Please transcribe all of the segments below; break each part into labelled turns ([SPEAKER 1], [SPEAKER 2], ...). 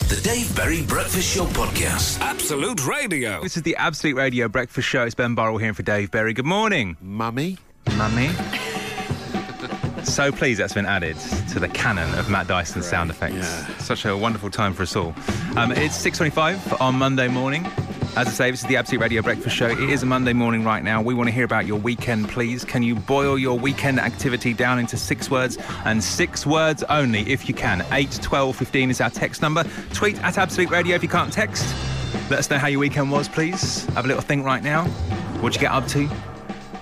[SPEAKER 1] The Dave Berry Breakfast Show Podcast.
[SPEAKER 2] Absolute Radio.
[SPEAKER 3] This is the Absolute Radio Breakfast Show. It's Ben Burrell here for Dave Berry. Good morning,
[SPEAKER 4] Mummy?
[SPEAKER 3] mummy. so pleased that's been added to the canon of Matt Dyson's sound effects.
[SPEAKER 4] yeah.
[SPEAKER 3] Such a wonderful time for us all. Um, it's 6.25 on Monday morning. As I say, this is the Absolute Radio Breakfast Show. It is a Monday morning right now. We want to hear about your weekend, please. Can you boil your weekend activity down into six words and six words only if you can? 8, 12, 15 is our text number. Tweet at Absolute Radio if you can't text. Let us know how your weekend was, please. Have a little think right now. What'd you get up to?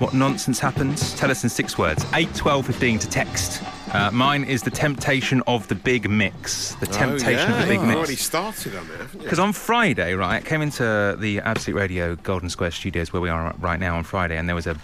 [SPEAKER 3] What nonsense happens? Tell us in six words. 8, 12, 15 to text. Uh, mine is the temptation of the big mix. The temptation of the big
[SPEAKER 4] Oh, You've already
[SPEAKER 3] mix.
[SPEAKER 4] started on it, haven't you?
[SPEAKER 3] Because on Friday, right, I came into the Absolute Radio Golden Square Studios where we are right now on Friday, and there was a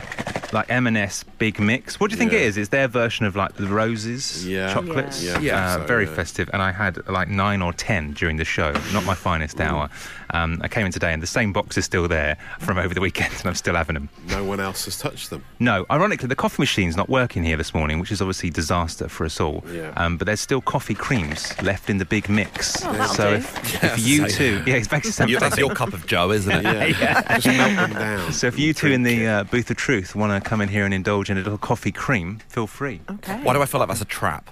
[SPEAKER 3] like M&S Big Mix. What do you think
[SPEAKER 4] Yeah.
[SPEAKER 3] it is? Is their version of like the roses,
[SPEAKER 4] Yeah.
[SPEAKER 3] chocolates?
[SPEAKER 4] Yeah. Yeah, I think
[SPEAKER 3] uh,
[SPEAKER 4] so,
[SPEAKER 3] very
[SPEAKER 4] yeah.
[SPEAKER 3] festive. And I had like nine or ten during the show. Not my finest hour. Um, I came in today, and the same box is still there from over the weekend, and I'm still having them.
[SPEAKER 4] No one else has touched them.
[SPEAKER 3] No, ironically, the coffee machine's not working here this morning, which is obviously disaster for us all.
[SPEAKER 4] Yeah.
[SPEAKER 3] Um, but there's still coffee creams left in the big mix.
[SPEAKER 5] Oh, that'll
[SPEAKER 3] so
[SPEAKER 5] do.
[SPEAKER 3] if, if you two, yeah, it's back to
[SPEAKER 6] You- that's
[SPEAKER 3] fantastic.
[SPEAKER 6] your cup of Joe, isn't it?
[SPEAKER 4] Yeah. Just melt them down.
[SPEAKER 3] So if you two in the uh, booth of truth want to come in here and indulge in a little coffee cream, feel free.
[SPEAKER 5] Okay.
[SPEAKER 6] Why do I feel like that's a trap?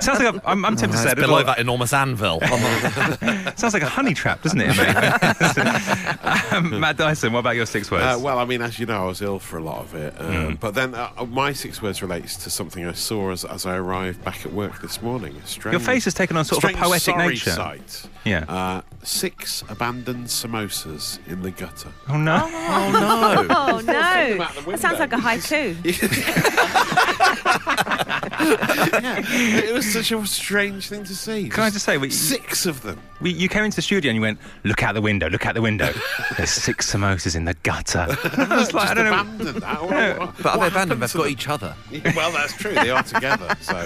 [SPEAKER 3] sounds like a, I'm, I'm tempted to say
[SPEAKER 6] Oh, It's
[SPEAKER 3] it
[SPEAKER 6] below that enormous anvil. On the-
[SPEAKER 3] sounds like a honey trap, doesn't it? mate? um, Matt Dyson, what about your six words?
[SPEAKER 4] Uh, well, I mean, as you know, I was ill for a lot of it.
[SPEAKER 3] Mm.
[SPEAKER 4] Um, But then uh, my six words relates to something I saw as, as I arrived back at work this morning. A strange,
[SPEAKER 3] your face has taken on sort of a
[SPEAKER 4] strange
[SPEAKER 3] poetic
[SPEAKER 4] sorry
[SPEAKER 3] nature.
[SPEAKER 4] Sight.
[SPEAKER 3] Yeah.
[SPEAKER 4] Uh, six abandoned samosas in the gutter.
[SPEAKER 3] Oh no.
[SPEAKER 5] Oh no!
[SPEAKER 4] about the
[SPEAKER 5] That sounds
[SPEAKER 4] window.
[SPEAKER 5] like a haiku.
[SPEAKER 4] yeah. It was such a strange thing to see.
[SPEAKER 3] Can I just say, we-
[SPEAKER 4] six of them.
[SPEAKER 3] We, you came into the studio and you went, look out the window, look out the window. There's six samosas in the gutter. I was like, I
[SPEAKER 4] Just
[SPEAKER 3] don't know.
[SPEAKER 4] abandoned that. What- what-
[SPEAKER 6] but are they
[SPEAKER 4] what
[SPEAKER 6] abandoned?
[SPEAKER 4] happened
[SPEAKER 6] They've
[SPEAKER 4] to
[SPEAKER 6] got
[SPEAKER 4] them?
[SPEAKER 6] each other.
[SPEAKER 4] well, that's true. They are together, so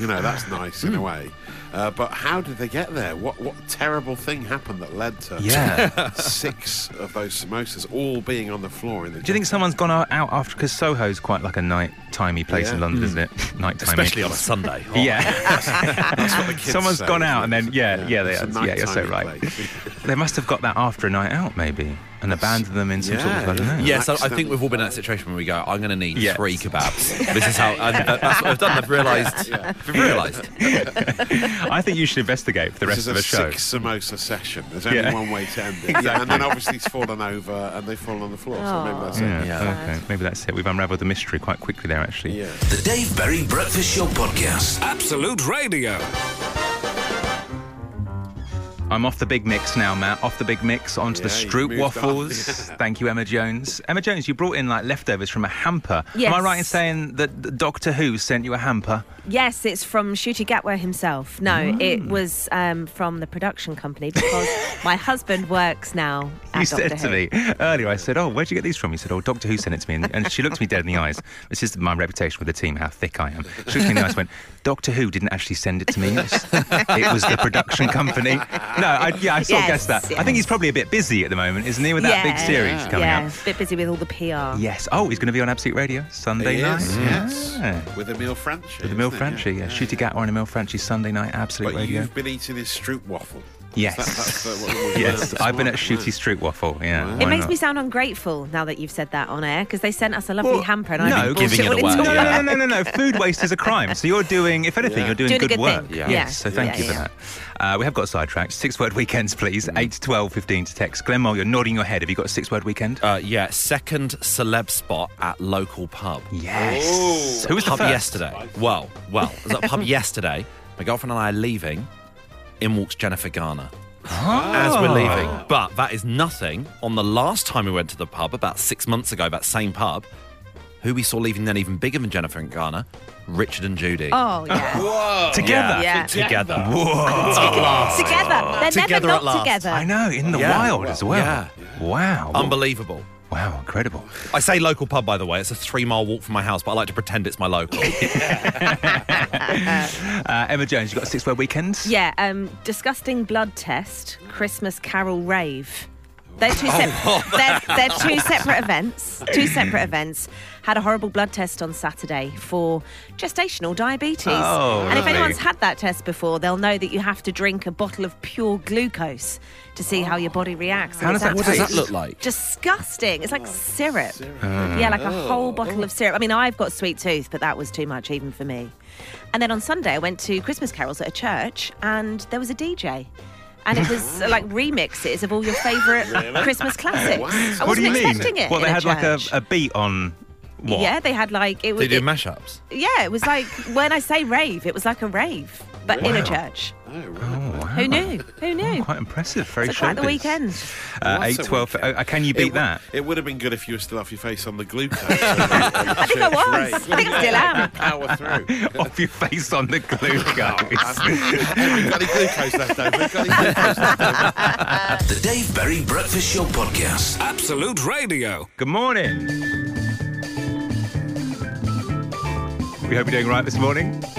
[SPEAKER 4] you know that's nice
[SPEAKER 3] Hmm.
[SPEAKER 4] in a way. Uh, but how did they get there? What what terrible thing happened that led to
[SPEAKER 3] Yeah.
[SPEAKER 4] six of those samosas all being on the floor in the?
[SPEAKER 3] Do you think someone's gone out out after? Because Soho's quite like a night timey place in
[SPEAKER 4] Yeah. Mm.
[SPEAKER 3] London, isn't it? Night timey.
[SPEAKER 6] Especially on a Sunday. Oh,
[SPEAKER 3] Yeah.
[SPEAKER 4] someone's
[SPEAKER 3] someone's gone out and then, yeah, yeah, they
[SPEAKER 4] it's a
[SPEAKER 3] are. Yeah, you're so
[SPEAKER 4] nighttime
[SPEAKER 3] right.
[SPEAKER 4] place.
[SPEAKER 3] they must have got that after a night out, maybe, and abandoned them in some sort of, I don't
[SPEAKER 4] Yeah.
[SPEAKER 3] know.
[SPEAKER 6] Yeah, so I
[SPEAKER 4] Accident.
[SPEAKER 6] think we've all been in that situation where we go, I'm going to need
[SPEAKER 3] Yes.
[SPEAKER 6] three kebabs. This is how and that's what I've done. I've realised. I've realised.
[SPEAKER 3] I think you should investigate for the
[SPEAKER 4] This
[SPEAKER 3] rest
[SPEAKER 4] is
[SPEAKER 3] of
[SPEAKER 4] a
[SPEAKER 3] the show.
[SPEAKER 4] six samosa session. There's only
[SPEAKER 3] Yeah.
[SPEAKER 4] one way to end it. Yeah, and then obviously it's fallen over and they've fallen on the floor. So maybe that's
[SPEAKER 3] Yeah,
[SPEAKER 4] it.
[SPEAKER 6] Yeah.
[SPEAKER 3] okay. Maybe that's it. We've unravelled the mystery quite quickly there, actually.
[SPEAKER 4] Yeah.
[SPEAKER 1] The Dave Berry Breakfast Show Podcast.
[SPEAKER 2] Absolute Radio.
[SPEAKER 3] I'm off the big mix now, Matt. Off the big mix onto the
[SPEAKER 4] Yeah, you
[SPEAKER 3] Stroop
[SPEAKER 4] moved
[SPEAKER 3] waffles.
[SPEAKER 4] on. Yeah.
[SPEAKER 3] Thank you, Emma Jones. Emma Jones, you brought in like leftovers from a hamper.
[SPEAKER 5] Yes.
[SPEAKER 3] Am I right in saying that that Doctor Who sent you a hamper?
[SPEAKER 5] Yes, it's from Shooty Gatware himself. No,
[SPEAKER 3] Mm.
[SPEAKER 5] it was um, from the production company because my husband works now. At
[SPEAKER 3] you
[SPEAKER 5] Doctor
[SPEAKER 3] said
[SPEAKER 5] Who.
[SPEAKER 3] to me earlier, I said, "Oh, where'd you get these from?" You said, "Oh, Doctor Who sent it to me," and, and she looked me dead in the eyes. This is my reputation with the team, how thick I am. She looked me in the eyes, and went, "Doctor Who didn't actually send it to me. It was, it was the production company." No, I, yeah, I sort of
[SPEAKER 5] Yes,
[SPEAKER 3] guessed that. I
[SPEAKER 5] yes.
[SPEAKER 3] think he's probably a bit busy at the moment, isn't he, with that big
[SPEAKER 5] Yeah.
[SPEAKER 3] series coming
[SPEAKER 5] yeah,
[SPEAKER 3] up?
[SPEAKER 5] a bit busy with all the PR.
[SPEAKER 3] Yes. Oh, he's going to be on Absolute Radio Sunday
[SPEAKER 4] It
[SPEAKER 3] night.
[SPEAKER 4] is,
[SPEAKER 3] Yeah.
[SPEAKER 4] yes. With Emil Franchi.
[SPEAKER 3] With Emil Franchi, yeah. Shoot a gat or an Emil Franchi Sunday night, Absolute
[SPEAKER 4] But
[SPEAKER 3] Radio.
[SPEAKER 4] you've been eating his stroop waffle.
[SPEAKER 3] Yes.
[SPEAKER 4] That- that's, uh, what we learned
[SPEAKER 3] Yes,
[SPEAKER 4] this
[SPEAKER 3] I've been at
[SPEAKER 4] morning,
[SPEAKER 3] Shooty Street Waffle. Yeah.
[SPEAKER 4] Wow.
[SPEAKER 3] why
[SPEAKER 5] It makes
[SPEAKER 3] not?
[SPEAKER 5] me sound ungrateful now that you've said that on air because they sent us a lovely
[SPEAKER 3] Well,
[SPEAKER 5] hamper and
[SPEAKER 3] no,
[SPEAKER 5] I brought
[SPEAKER 6] giving
[SPEAKER 5] it
[SPEAKER 6] it
[SPEAKER 5] all
[SPEAKER 6] away,
[SPEAKER 5] into
[SPEAKER 3] No, no,
[SPEAKER 6] yeah.
[SPEAKER 3] no, no, no, no. Food waste is a crime. So you're doing, if anything,
[SPEAKER 4] Yeah.
[SPEAKER 3] you're doing
[SPEAKER 5] Doing a
[SPEAKER 3] good,
[SPEAKER 5] good
[SPEAKER 3] work.
[SPEAKER 5] thing.
[SPEAKER 6] Yeah.
[SPEAKER 3] Yes.
[SPEAKER 5] Yeah.
[SPEAKER 3] So thank
[SPEAKER 5] Yeah,
[SPEAKER 3] you for
[SPEAKER 5] yeah.
[SPEAKER 3] that. Uh, we have got sidetracked. Six word weekends, please.
[SPEAKER 4] Mm.
[SPEAKER 3] 8 to 12, 15 to text. Glenmore, you're nodding your head. Have you got a six word weekend?
[SPEAKER 6] Uh, yeah, second celeb spot at local pub.
[SPEAKER 3] yes. Who was the
[SPEAKER 6] pub
[SPEAKER 3] first?
[SPEAKER 6] yesterday? Well, well, it was at a pub yesterday. My girlfriend and I are leaving. In walks Jennifer Garner. As we're leaving. But that is nothing on the last time we went to the pub, about six months ago, that same pub, who we saw leaving then even bigger than Jennifer and Garner, Richard and Judy.
[SPEAKER 5] Oh yeah,
[SPEAKER 3] Together.
[SPEAKER 5] Yeah.
[SPEAKER 6] Together.
[SPEAKER 3] Whoa.
[SPEAKER 5] together. They're
[SPEAKER 6] Together
[SPEAKER 5] never
[SPEAKER 6] at
[SPEAKER 5] not
[SPEAKER 6] last.
[SPEAKER 5] together.
[SPEAKER 3] I know, in the
[SPEAKER 6] Yeah.
[SPEAKER 3] wild as well.
[SPEAKER 6] Yeah.
[SPEAKER 3] Wow.
[SPEAKER 6] Unbelievable.
[SPEAKER 3] Wow, incredible.
[SPEAKER 6] I say local pub, by the way. It's a three mile walk from my house, but I like to pretend it's my local.
[SPEAKER 3] Uh, Emma Jones, you got a six word weekend?
[SPEAKER 5] Yeah, um, disgusting blood test, Christmas Carol rave. They're two, sep- they're, they're two separate events. Two separate events. Had a horrible blood test on Saturday for gestational diabetes.
[SPEAKER 3] Oh,
[SPEAKER 5] and if
[SPEAKER 3] really?
[SPEAKER 5] anyone's had that test before, they'll know that you have to drink a bottle of pure glucose to see how your body reacts.
[SPEAKER 3] How
[SPEAKER 5] And
[SPEAKER 3] does
[SPEAKER 5] it's
[SPEAKER 3] that
[SPEAKER 6] What does that
[SPEAKER 3] taste?
[SPEAKER 6] look like?
[SPEAKER 5] Disgusting. It's like syrup. Yeah, like a whole bottle of syrup. I mean, I've got sweet tooth, but that was too much even for me. And then on Sunday, I went to Christmas carols at a church, and there was a DJ. And it was uh, like remixes of all your favourite Christmas classics.
[SPEAKER 4] Wow.
[SPEAKER 5] I
[SPEAKER 4] What
[SPEAKER 5] wasn't
[SPEAKER 4] do you mean?
[SPEAKER 5] expecting it.
[SPEAKER 3] Well,
[SPEAKER 5] in
[SPEAKER 3] they had like a,
[SPEAKER 5] church.
[SPEAKER 3] a beat on what?
[SPEAKER 5] yeah, they had like it was.
[SPEAKER 6] They do
[SPEAKER 5] it-
[SPEAKER 6] mashups.
[SPEAKER 5] yeah, it was like when I say rave, it was like a rave, but in a church.
[SPEAKER 4] Oh, right.
[SPEAKER 3] Wow.
[SPEAKER 5] Who knew? Who knew?
[SPEAKER 3] Quite impressive. Very
[SPEAKER 5] So quite the
[SPEAKER 3] showbiz.
[SPEAKER 5] weekend.
[SPEAKER 3] Uh, eight
[SPEAKER 4] What's a
[SPEAKER 3] twelve.
[SPEAKER 4] weekend?
[SPEAKER 3] Uh, can you
[SPEAKER 4] It
[SPEAKER 3] beat
[SPEAKER 4] would-
[SPEAKER 3] that?
[SPEAKER 4] It would have been good if you were still off your face on the glucose. I
[SPEAKER 5] think I was. I think I still am.
[SPEAKER 4] Power through.
[SPEAKER 3] Off your face on the glue, guys.
[SPEAKER 4] We've got any glucose left over? We've got any glucose left over?
[SPEAKER 1] The Dave Berry Breakfast Show Podcast.
[SPEAKER 2] Absolute Radio.
[SPEAKER 3] Good morning. We hope you're doing all right this morning.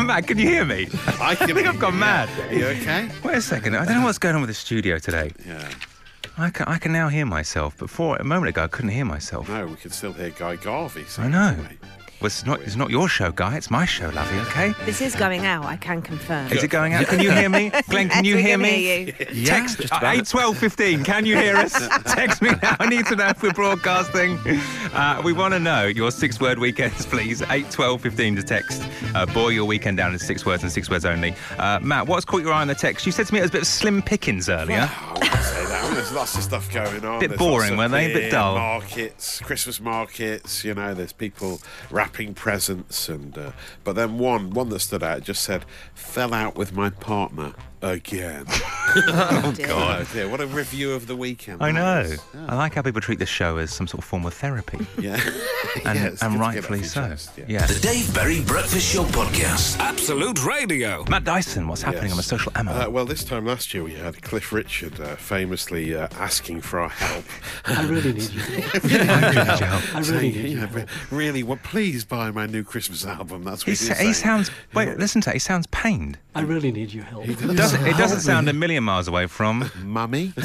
[SPEAKER 3] Matt, can you hear me?
[SPEAKER 4] I can
[SPEAKER 3] think I've
[SPEAKER 4] hear
[SPEAKER 3] gone
[SPEAKER 4] you.
[SPEAKER 3] mad.
[SPEAKER 4] Are you okay?
[SPEAKER 3] Wait a second. I don't know what's going on with the studio today.
[SPEAKER 4] Yeah.
[SPEAKER 3] I can, I can now hear myself. Before, a moment ago, I couldn't hear myself.
[SPEAKER 4] No, we can still hear Guy Garvey. So
[SPEAKER 3] I know. Well, it's not, it's not your show, Guy. It's my show, lovey, okay?
[SPEAKER 5] This is going out. I can confirm.
[SPEAKER 3] Is it going out? Can you hear me? Glenn, can
[SPEAKER 5] Yes,
[SPEAKER 3] you
[SPEAKER 5] we
[SPEAKER 3] hear
[SPEAKER 5] can
[SPEAKER 3] me?
[SPEAKER 5] hear you.
[SPEAKER 3] Text
[SPEAKER 6] just
[SPEAKER 3] uh,
[SPEAKER 6] about.
[SPEAKER 3] 8 12 15. Can you hear us? Text me now. I need to know if we're broadcasting. Uh, we want to know your six word weekends, please. 8 12 15 to text. Uh, boil your weekend down in six words and six words only. Uh, Matt, what's caught your eye on the text? You said to me it was a bit of slim pickings earlier.
[SPEAKER 4] Oh, I wouldn't say that. I mean, There's lots of stuff going on.
[SPEAKER 3] Bit
[SPEAKER 4] There's lots
[SPEAKER 3] boring,
[SPEAKER 4] of
[SPEAKER 3] weren't they? Bit
[SPEAKER 4] beer
[SPEAKER 3] dull.
[SPEAKER 4] Markets, Christmas markets. You know, there's people wrapping presents, and uh, but then one, one that stood out just said, "Fell out with my partner again."
[SPEAKER 5] Oh, dear.
[SPEAKER 4] God, oh dear, what a review of the weekend.
[SPEAKER 3] I
[SPEAKER 4] that
[SPEAKER 3] know.
[SPEAKER 4] is.
[SPEAKER 3] I like how people treat this show as some sort of form of therapy,
[SPEAKER 4] Yeah, Yeah,
[SPEAKER 3] and,
[SPEAKER 4] it's good to get
[SPEAKER 3] and
[SPEAKER 4] off
[SPEAKER 3] rightfully
[SPEAKER 4] your
[SPEAKER 3] so.
[SPEAKER 4] chest, yeah.
[SPEAKER 3] yeah.
[SPEAKER 1] The Dave Berry Breakfast Show Podcast.
[SPEAKER 2] Absolute Radio.
[SPEAKER 3] Matt Dyson, what's happening
[SPEAKER 4] Yes.
[SPEAKER 3] on the social ammo?
[SPEAKER 4] Uh, well, this time last year we had Cliff Richard uh, famously uh, asking for our help.
[SPEAKER 7] I really need you.
[SPEAKER 3] I do need your help.
[SPEAKER 7] I really
[SPEAKER 4] Saying,
[SPEAKER 7] need
[SPEAKER 4] you
[SPEAKER 7] you.
[SPEAKER 4] know, "Re- really, well, please buy my new Christmas album. That's what
[SPEAKER 3] He,
[SPEAKER 4] he's,
[SPEAKER 3] sa-
[SPEAKER 4] saying.
[SPEAKER 3] he sounds. Wait, listen to that. He sounds pained.
[SPEAKER 7] I really need your help.
[SPEAKER 3] Doesn't- it doesn't sound a million miles away from
[SPEAKER 4] mummy.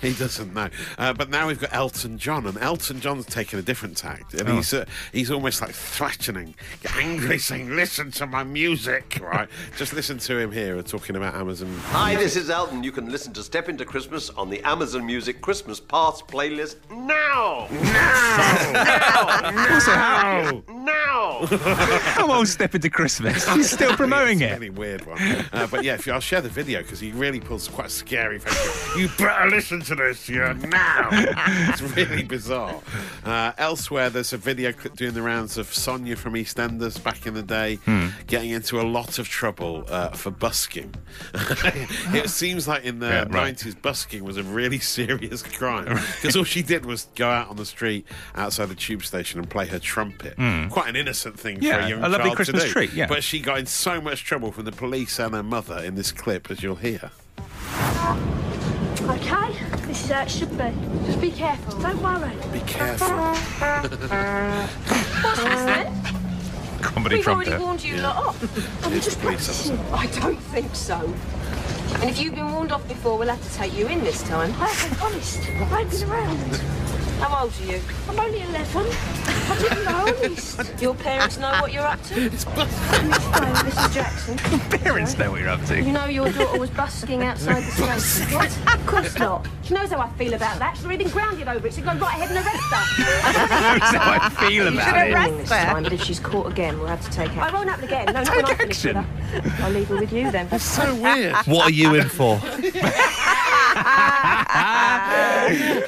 [SPEAKER 4] he doesn't know. Uh, but now we've got Elton John, and Elton John's taken a different tact,
[SPEAKER 3] Oh.
[SPEAKER 4] and he's uh, he's almost like threatening, angry, saying, "Listen to my music, right? Just listen to him here uh, talking about Amazon."
[SPEAKER 8] Hi, this is Elton. You can listen to Step Into Christmas on the Amazon Music Christmas Past playlist now!
[SPEAKER 3] Also, how,
[SPEAKER 8] Now!
[SPEAKER 3] how old Step Into Christmas? He's still promoting
[SPEAKER 4] It's a
[SPEAKER 3] it.
[SPEAKER 4] really weird one. Uh, but yeah, if you, I'll share the video because he really pulls quite a scary face. you better listen to this, you know, now. it's really bizarre. Uh, elsewhere, there's a video clip doing the rounds of Sonia from EastEnders back in the day
[SPEAKER 3] Hmm.
[SPEAKER 4] getting into a lot of trouble uh, for busking. it seems like in the
[SPEAKER 3] Yeah, right.
[SPEAKER 4] 90s, busking was a really serious crime because all she did was go out on the street outside the tube station and play her trumpet. Quite an innocent thing for
[SPEAKER 3] Hmm. Yeah,
[SPEAKER 4] a young
[SPEAKER 3] a lovely
[SPEAKER 4] child
[SPEAKER 3] Christmas
[SPEAKER 4] to do.
[SPEAKER 3] tree, yeah.
[SPEAKER 4] But she got in so much trouble from the police and her mother in this clip, as you'll hear.
[SPEAKER 9] Okay, this is how it should be. Just be careful. Don't worry.
[SPEAKER 4] Be careful.
[SPEAKER 9] What's happening?
[SPEAKER 3] Comedy
[SPEAKER 9] We've
[SPEAKER 3] trumpet.
[SPEAKER 9] already warned you lot off. And we're
[SPEAKER 4] It's
[SPEAKER 9] just
[SPEAKER 4] a police officer.
[SPEAKER 9] practicing. I don't think so. And if you've been warned off before, we'll have to take you in this time. I've been honest. I've been around. How old are you? I'm only 11. I didn't know, honest. Your parents know what you're up to? It's busting. This is Jackson.
[SPEAKER 3] Parents know what you're up
[SPEAKER 9] You
[SPEAKER 3] to.
[SPEAKER 9] know your daughter was busking outside the station. What? Of course not. She knows how I feel about that. She's already been grounded over it. She'll go right ahead and arrest her.
[SPEAKER 3] That's how I feel about it.
[SPEAKER 5] arrest her.
[SPEAKER 9] but if she's caught again, we'll have to take action. I won't happen again. No, not when I finish with
[SPEAKER 3] action.
[SPEAKER 9] her. I'll leave her with you then.
[SPEAKER 4] so weird.
[SPEAKER 6] What are you in for?
[SPEAKER 3] Wow.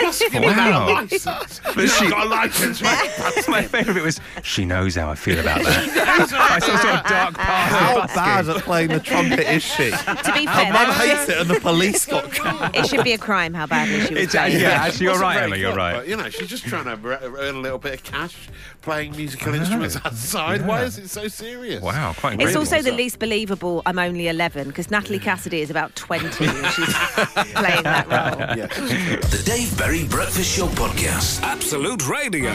[SPEAKER 4] License.
[SPEAKER 3] But she-
[SPEAKER 4] Got a license, mate.
[SPEAKER 3] That's my favourite bit was she knows how I feel about that. I saw sort of dark
[SPEAKER 6] How
[SPEAKER 3] past.
[SPEAKER 6] bad at playing the trumpet is she?
[SPEAKER 5] To be fair,
[SPEAKER 6] Man
[SPEAKER 5] that
[SPEAKER 6] hates it, and the police got.
[SPEAKER 5] it should be a crime how badly she was
[SPEAKER 3] It's, uh,
[SPEAKER 5] playing.
[SPEAKER 3] yeah, actually, you're
[SPEAKER 4] Wasn't
[SPEAKER 3] right,
[SPEAKER 4] very
[SPEAKER 3] Emma. You're
[SPEAKER 4] clever,
[SPEAKER 3] right.
[SPEAKER 4] But, you know, she's just trying to re- earn a little bit of cash playing musical instruments outside. Why
[SPEAKER 3] Yeah.
[SPEAKER 4] is it so serious?
[SPEAKER 3] Wow, quite
[SPEAKER 5] It's
[SPEAKER 3] incredible.
[SPEAKER 5] also the least believable I'm only 11 because Natalie Cassidy is about 20 and she's playing that role.
[SPEAKER 4] Yes.
[SPEAKER 1] The Dave Berry Breakfast Show Podcast.
[SPEAKER 2] Absolute Radio.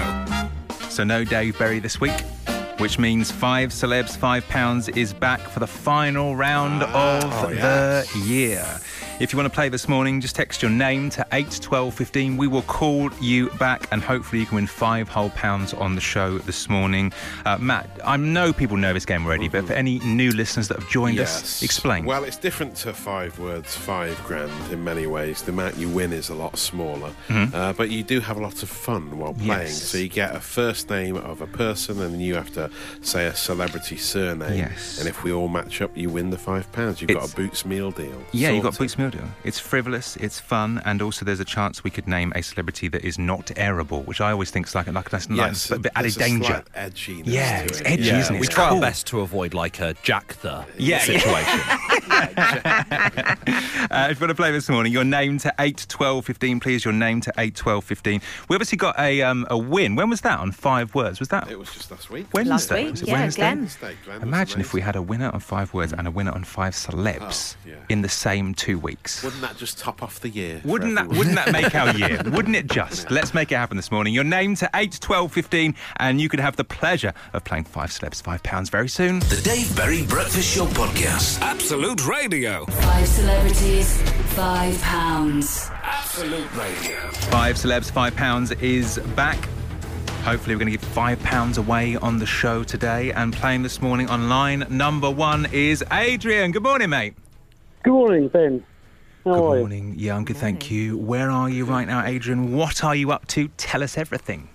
[SPEAKER 3] So no Dave Berry this week. We which means five celebs, five pounds is back for the final round of the year. If you want to play this morning, just text your name to 8 12 15. We will call you back and hopefully you can win five whole pounds on the show this morning. Uh, Matt, I know people know this game already, but for any new listeners that have joined us, explain.
[SPEAKER 4] Well, it's different to five words, five grand in many ways. The amount you win is a lot smaller, uh, but you do have a lot of fun while playing.
[SPEAKER 3] Mm-hmm. Yes.
[SPEAKER 4] So you get a first name of a person, and then you have to say a celebrity surname.
[SPEAKER 3] Yes.
[SPEAKER 4] And if we all match up, you win the five pounds. You've got
[SPEAKER 3] It's-
[SPEAKER 4] a Boots meal deal.
[SPEAKER 3] Yeah, you've got
[SPEAKER 4] Sorted.
[SPEAKER 3] Boots Meal Deal. It's frivolous, it's fun, and also there's a chance we could name a celebrity that is not airable, which I always think is like, like, like,
[SPEAKER 4] Yes,
[SPEAKER 3] but, but added
[SPEAKER 4] there's a
[SPEAKER 3] danger.
[SPEAKER 4] slight edginess
[SPEAKER 3] Yeah,
[SPEAKER 4] to
[SPEAKER 3] it's
[SPEAKER 4] it.
[SPEAKER 3] edgy,
[SPEAKER 4] Yeah.
[SPEAKER 3] isn't it?
[SPEAKER 6] we
[SPEAKER 3] It's
[SPEAKER 6] try
[SPEAKER 3] cool.
[SPEAKER 6] our best to avoid like a Jack the
[SPEAKER 3] Yeah,
[SPEAKER 6] situation.
[SPEAKER 3] Uh, if you want to play this morning, your name to 8 12 15, please. Your name to 8 12 15. We obviously got a um, a win. When was that on five words? Was that
[SPEAKER 4] It was just last week.
[SPEAKER 3] Wednesday?
[SPEAKER 5] Last week,
[SPEAKER 3] Was it
[SPEAKER 5] yeah,
[SPEAKER 3] Wednesday?
[SPEAKER 5] Glenn.
[SPEAKER 4] Wednesday, Glenn, was
[SPEAKER 3] Imagine if we
[SPEAKER 4] amazing.
[SPEAKER 3] had a winner on five words and a winner on five celebs
[SPEAKER 4] Oh, yeah.
[SPEAKER 3] in the same two weeks.
[SPEAKER 4] Wouldn't that just top off the year? for
[SPEAKER 3] Wouldn't that
[SPEAKER 4] everyone?
[SPEAKER 3] wouldn't that make our year? Wouldn't it just? Let's make it happen this morning. Your name to 8 12 15 and you could have the pleasure of playing 5 celebs 5 pounds very soon.
[SPEAKER 1] The Dave Berry Breakfast Show Podcast.
[SPEAKER 2] Absolute Radio.
[SPEAKER 10] Five celebrities, five pounds.
[SPEAKER 1] Absolute Radio.
[SPEAKER 3] 5 celebs 5 pounds is back. Hopefully we're going to give 5 pounds away on the show today and playing this morning on line number 1 is Adrian. Good morning mate.
[SPEAKER 11] Good morning, Ben. How
[SPEAKER 3] Good
[SPEAKER 11] are you?
[SPEAKER 3] morning. Yeah, I'm good, thank you. Where are you right now Adrian? What are you up to? Tell us everything.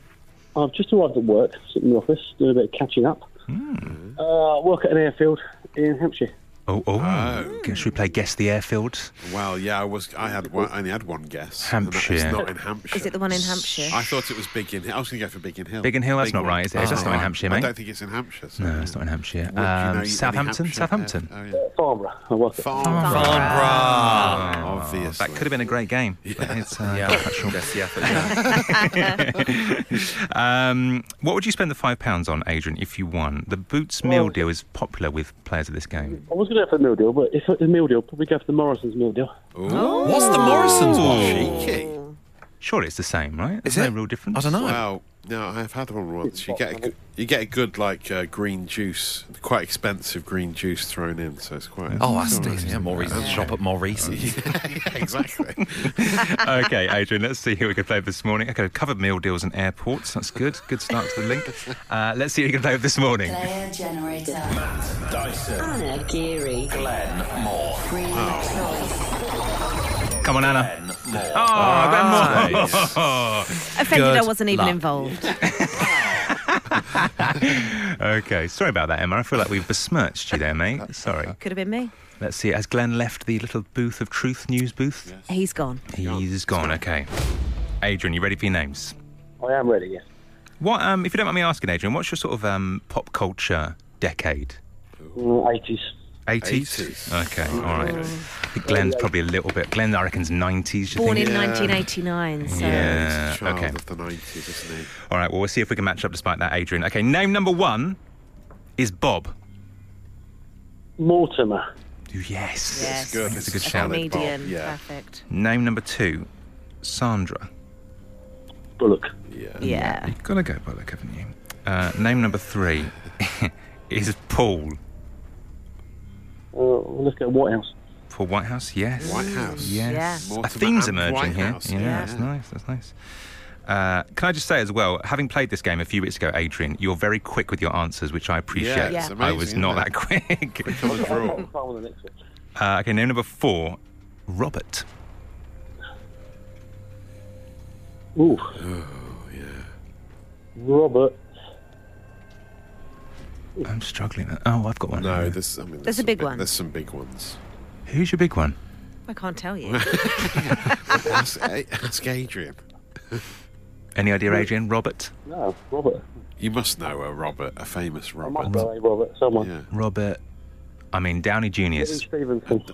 [SPEAKER 11] I've just arrived at work, sitting in the office, doing a bit of catching up.
[SPEAKER 9] Hmm.
[SPEAKER 11] Uh, I work at an airfield in Hampshire.
[SPEAKER 3] Oh, oh. Should we play guess the airfield?
[SPEAKER 4] Well, yeah, I was. I had. One, I only had one guess. and that-
[SPEAKER 3] Hampshire.
[SPEAKER 4] It's not in Hampshire.
[SPEAKER 5] Is it the one in Hampshire?
[SPEAKER 4] I thought it was Big in Hill. I was going to go for Big in Hill.
[SPEAKER 3] Big in Hill, that's not
[SPEAKER 4] One.
[SPEAKER 3] right, is it? It's just not in Hampshire,
[SPEAKER 4] I
[SPEAKER 3] mate.
[SPEAKER 4] don't think it's in Hampshire. So.
[SPEAKER 3] No, it's not in Hampshire.
[SPEAKER 4] Would you know
[SPEAKER 3] Um,
[SPEAKER 4] any
[SPEAKER 3] Southampton?
[SPEAKER 4] Hampshire?
[SPEAKER 3] Southampton.
[SPEAKER 4] Oh, yeah.
[SPEAKER 11] Farnborough, I work at.
[SPEAKER 4] Farnborough.
[SPEAKER 6] Ah. Farnborough.
[SPEAKER 4] Obviously.
[SPEAKER 3] Oh, That could have been a great game. But it's, uh,
[SPEAKER 6] Yeah,
[SPEAKER 3] not quite sure.
[SPEAKER 6] Yes, yeah, but yeah.
[SPEAKER 3] um, what would you spend the five pounds on, Adrian, if you won? The Boots meal deal is popular with players of this game.
[SPEAKER 11] I was going to go for the meal deal, but if it's a meal deal, probably go for the Morrison's meal deal.
[SPEAKER 6] What's the Morrison's one?
[SPEAKER 4] Cheeky.
[SPEAKER 3] Surely it's the same, right? There's
[SPEAKER 6] Is
[SPEAKER 3] no
[SPEAKER 6] it?
[SPEAKER 3] real difference.
[SPEAKER 6] I don't know.
[SPEAKER 4] Well, no, I've had one once. You get a, good- you get a good like uh, green juice, quite expensive green juice thrown in, so it's quite.
[SPEAKER 6] Oh, that's decent. Yeah, Maurice's. Shop at Maurice's.
[SPEAKER 4] yeah, exactly.
[SPEAKER 3] okay, Adrian, let's see who we can play with this morning. Okay, we've covered meal deals and airports. That's good. Good start to the link. Uh, let's see who we can play with this morning.
[SPEAKER 10] Player generator.
[SPEAKER 1] Dyson.
[SPEAKER 10] Anna Geary.
[SPEAKER 1] Glenn Moore.
[SPEAKER 10] Real choice.
[SPEAKER 3] Come on, Anna.
[SPEAKER 1] Moore.
[SPEAKER 3] Oh, Glenn Moore.
[SPEAKER 5] Offended I
[SPEAKER 6] Good
[SPEAKER 5] wasn't even
[SPEAKER 6] luck.
[SPEAKER 5] involved.
[SPEAKER 3] Okay, sorry about that, Emma. I feel like we've besmirched you there, mate. Sorry.
[SPEAKER 5] Could have been me.
[SPEAKER 3] Let's see. Has Glenn left the little booth of truth news booth?
[SPEAKER 5] He's gone.
[SPEAKER 3] He's gone. Okay. Adrian, you ready for your names?
[SPEAKER 11] I am ready, yes.
[SPEAKER 3] What, um, if you don't mind me asking, Adrian, what's your sort of um, pop culture decade?
[SPEAKER 11] Mm, 80s.
[SPEAKER 3] 80s? Okay, all right. I think Glenn's probably a little bit. Glenn, I reckon's 90s. do You
[SPEAKER 5] Born
[SPEAKER 3] think?
[SPEAKER 5] in 1989, so
[SPEAKER 3] Yeah,
[SPEAKER 4] He's a child
[SPEAKER 3] okay.
[SPEAKER 4] of the 90s, isn't he?
[SPEAKER 3] All right, well, we'll see if we can match up despite that, Adrian. Okay, name number one is Bob.
[SPEAKER 11] Mortimer.
[SPEAKER 3] Yes.
[SPEAKER 5] Yes.
[SPEAKER 4] Good.
[SPEAKER 3] That's a good
[SPEAKER 4] It's
[SPEAKER 3] shout.
[SPEAKER 4] solid bob,
[SPEAKER 5] comedian.
[SPEAKER 4] Yeah.
[SPEAKER 5] Perfect.
[SPEAKER 3] Name number two, Sandra.
[SPEAKER 11] Bullock.
[SPEAKER 5] Yeah.
[SPEAKER 3] You've got to go by look, haven't you? Uh, name number three is Paul.
[SPEAKER 11] Uh, we'll let's go Whitehouse.
[SPEAKER 3] Paul Whitehouse, yes.
[SPEAKER 4] White House.
[SPEAKER 3] Yes.
[SPEAKER 4] Yeah.
[SPEAKER 3] A theme's
[SPEAKER 4] Mortimer and
[SPEAKER 3] emerging
[SPEAKER 4] White
[SPEAKER 3] here.
[SPEAKER 4] House,
[SPEAKER 3] yeah,
[SPEAKER 4] yeah.
[SPEAKER 3] that's nice. That's nice. Uh, can I just say as well, having played this game a few weeks ago, Adrian, you're very quick with your answers, which I appreciate.
[SPEAKER 4] Yeah, it's
[SPEAKER 3] I was
[SPEAKER 4] amazing,
[SPEAKER 3] not
[SPEAKER 4] isn't
[SPEAKER 3] that quick.
[SPEAKER 4] Come and draw.
[SPEAKER 11] I'll try one of the next ones.
[SPEAKER 3] uh, okay, name number four, Robert.
[SPEAKER 11] Ooh.
[SPEAKER 4] Oh,
[SPEAKER 11] Robert.
[SPEAKER 3] I'm struggling. Oh, I've got one.
[SPEAKER 4] No, there's, I mean, there's,
[SPEAKER 5] There's a
[SPEAKER 4] some
[SPEAKER 5] big
[SPEAKER 4] bi-
[SPEAKER 5] one.
[SPEAKER 4] There's some big ones.
[SPEAKER 3] Who's your big one?
[SPEAKER 5] I can't tell you.
[SPEAKER 4] ask, ask Adrian.
[SPEAKER 3] Any idea, Adrian? Robert?
[SPEAKER 11] No, Robert.
[SPEAKER 4] You must know a Robert, a famous
[SPEAKER 11] I might
[SPEAKER 4] Robert.
[SPEAKER 11] go A. Robert. Someone.
[SPEAKER 4] Yeah.
[SPEAKER 3] Robert. I mean, Downey
[SPEAKER 11] Eddie
[SPEAKER 3] Jr.'s.
[SPEAKER 11] Stevenson.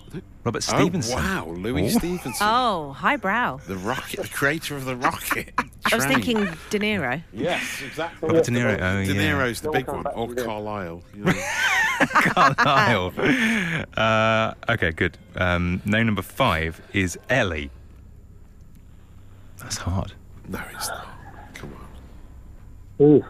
[SPEAKER 3] Robert Stevenson.
[SPEAKER 4] Oh, wow, Louis
[SPEAKER 3] Oh.
[SPEAKER 4] Stevenson.
[SPEAKER 5] oh, highbrow.
[SPEAKER 4] The rocket, the creator of the rocket.
[SPEAKER 5] I was
[SPEAKER 4] Train.
[SPEAKER 5] thinking De Niro.
[SPEAKER 4] Yes, exactly.
[SPEAKER 3] Robert De Niro. Oh,
[SPEAKER 4] De
[SPEAKER 3] yeah.
[SPEAKER 4] Niro's the
[SPEAKER 11] They'll
[SPEAKER 4] big
[SPEAKER 11] come
[SPEAKER 4] one,
[SPEAKER 11] back
[SPEAKER 4] or
[SPEAKER 11] to them.
[SPEAKER 4] Carlisle. you know.
[SPEAKER 3] Kyle. Uh, okay, good. Um, name number five is Ellie. That's hard.
[SPEAKER 4] no, it's not. Come on.
[SPEAKER 11] Ooh.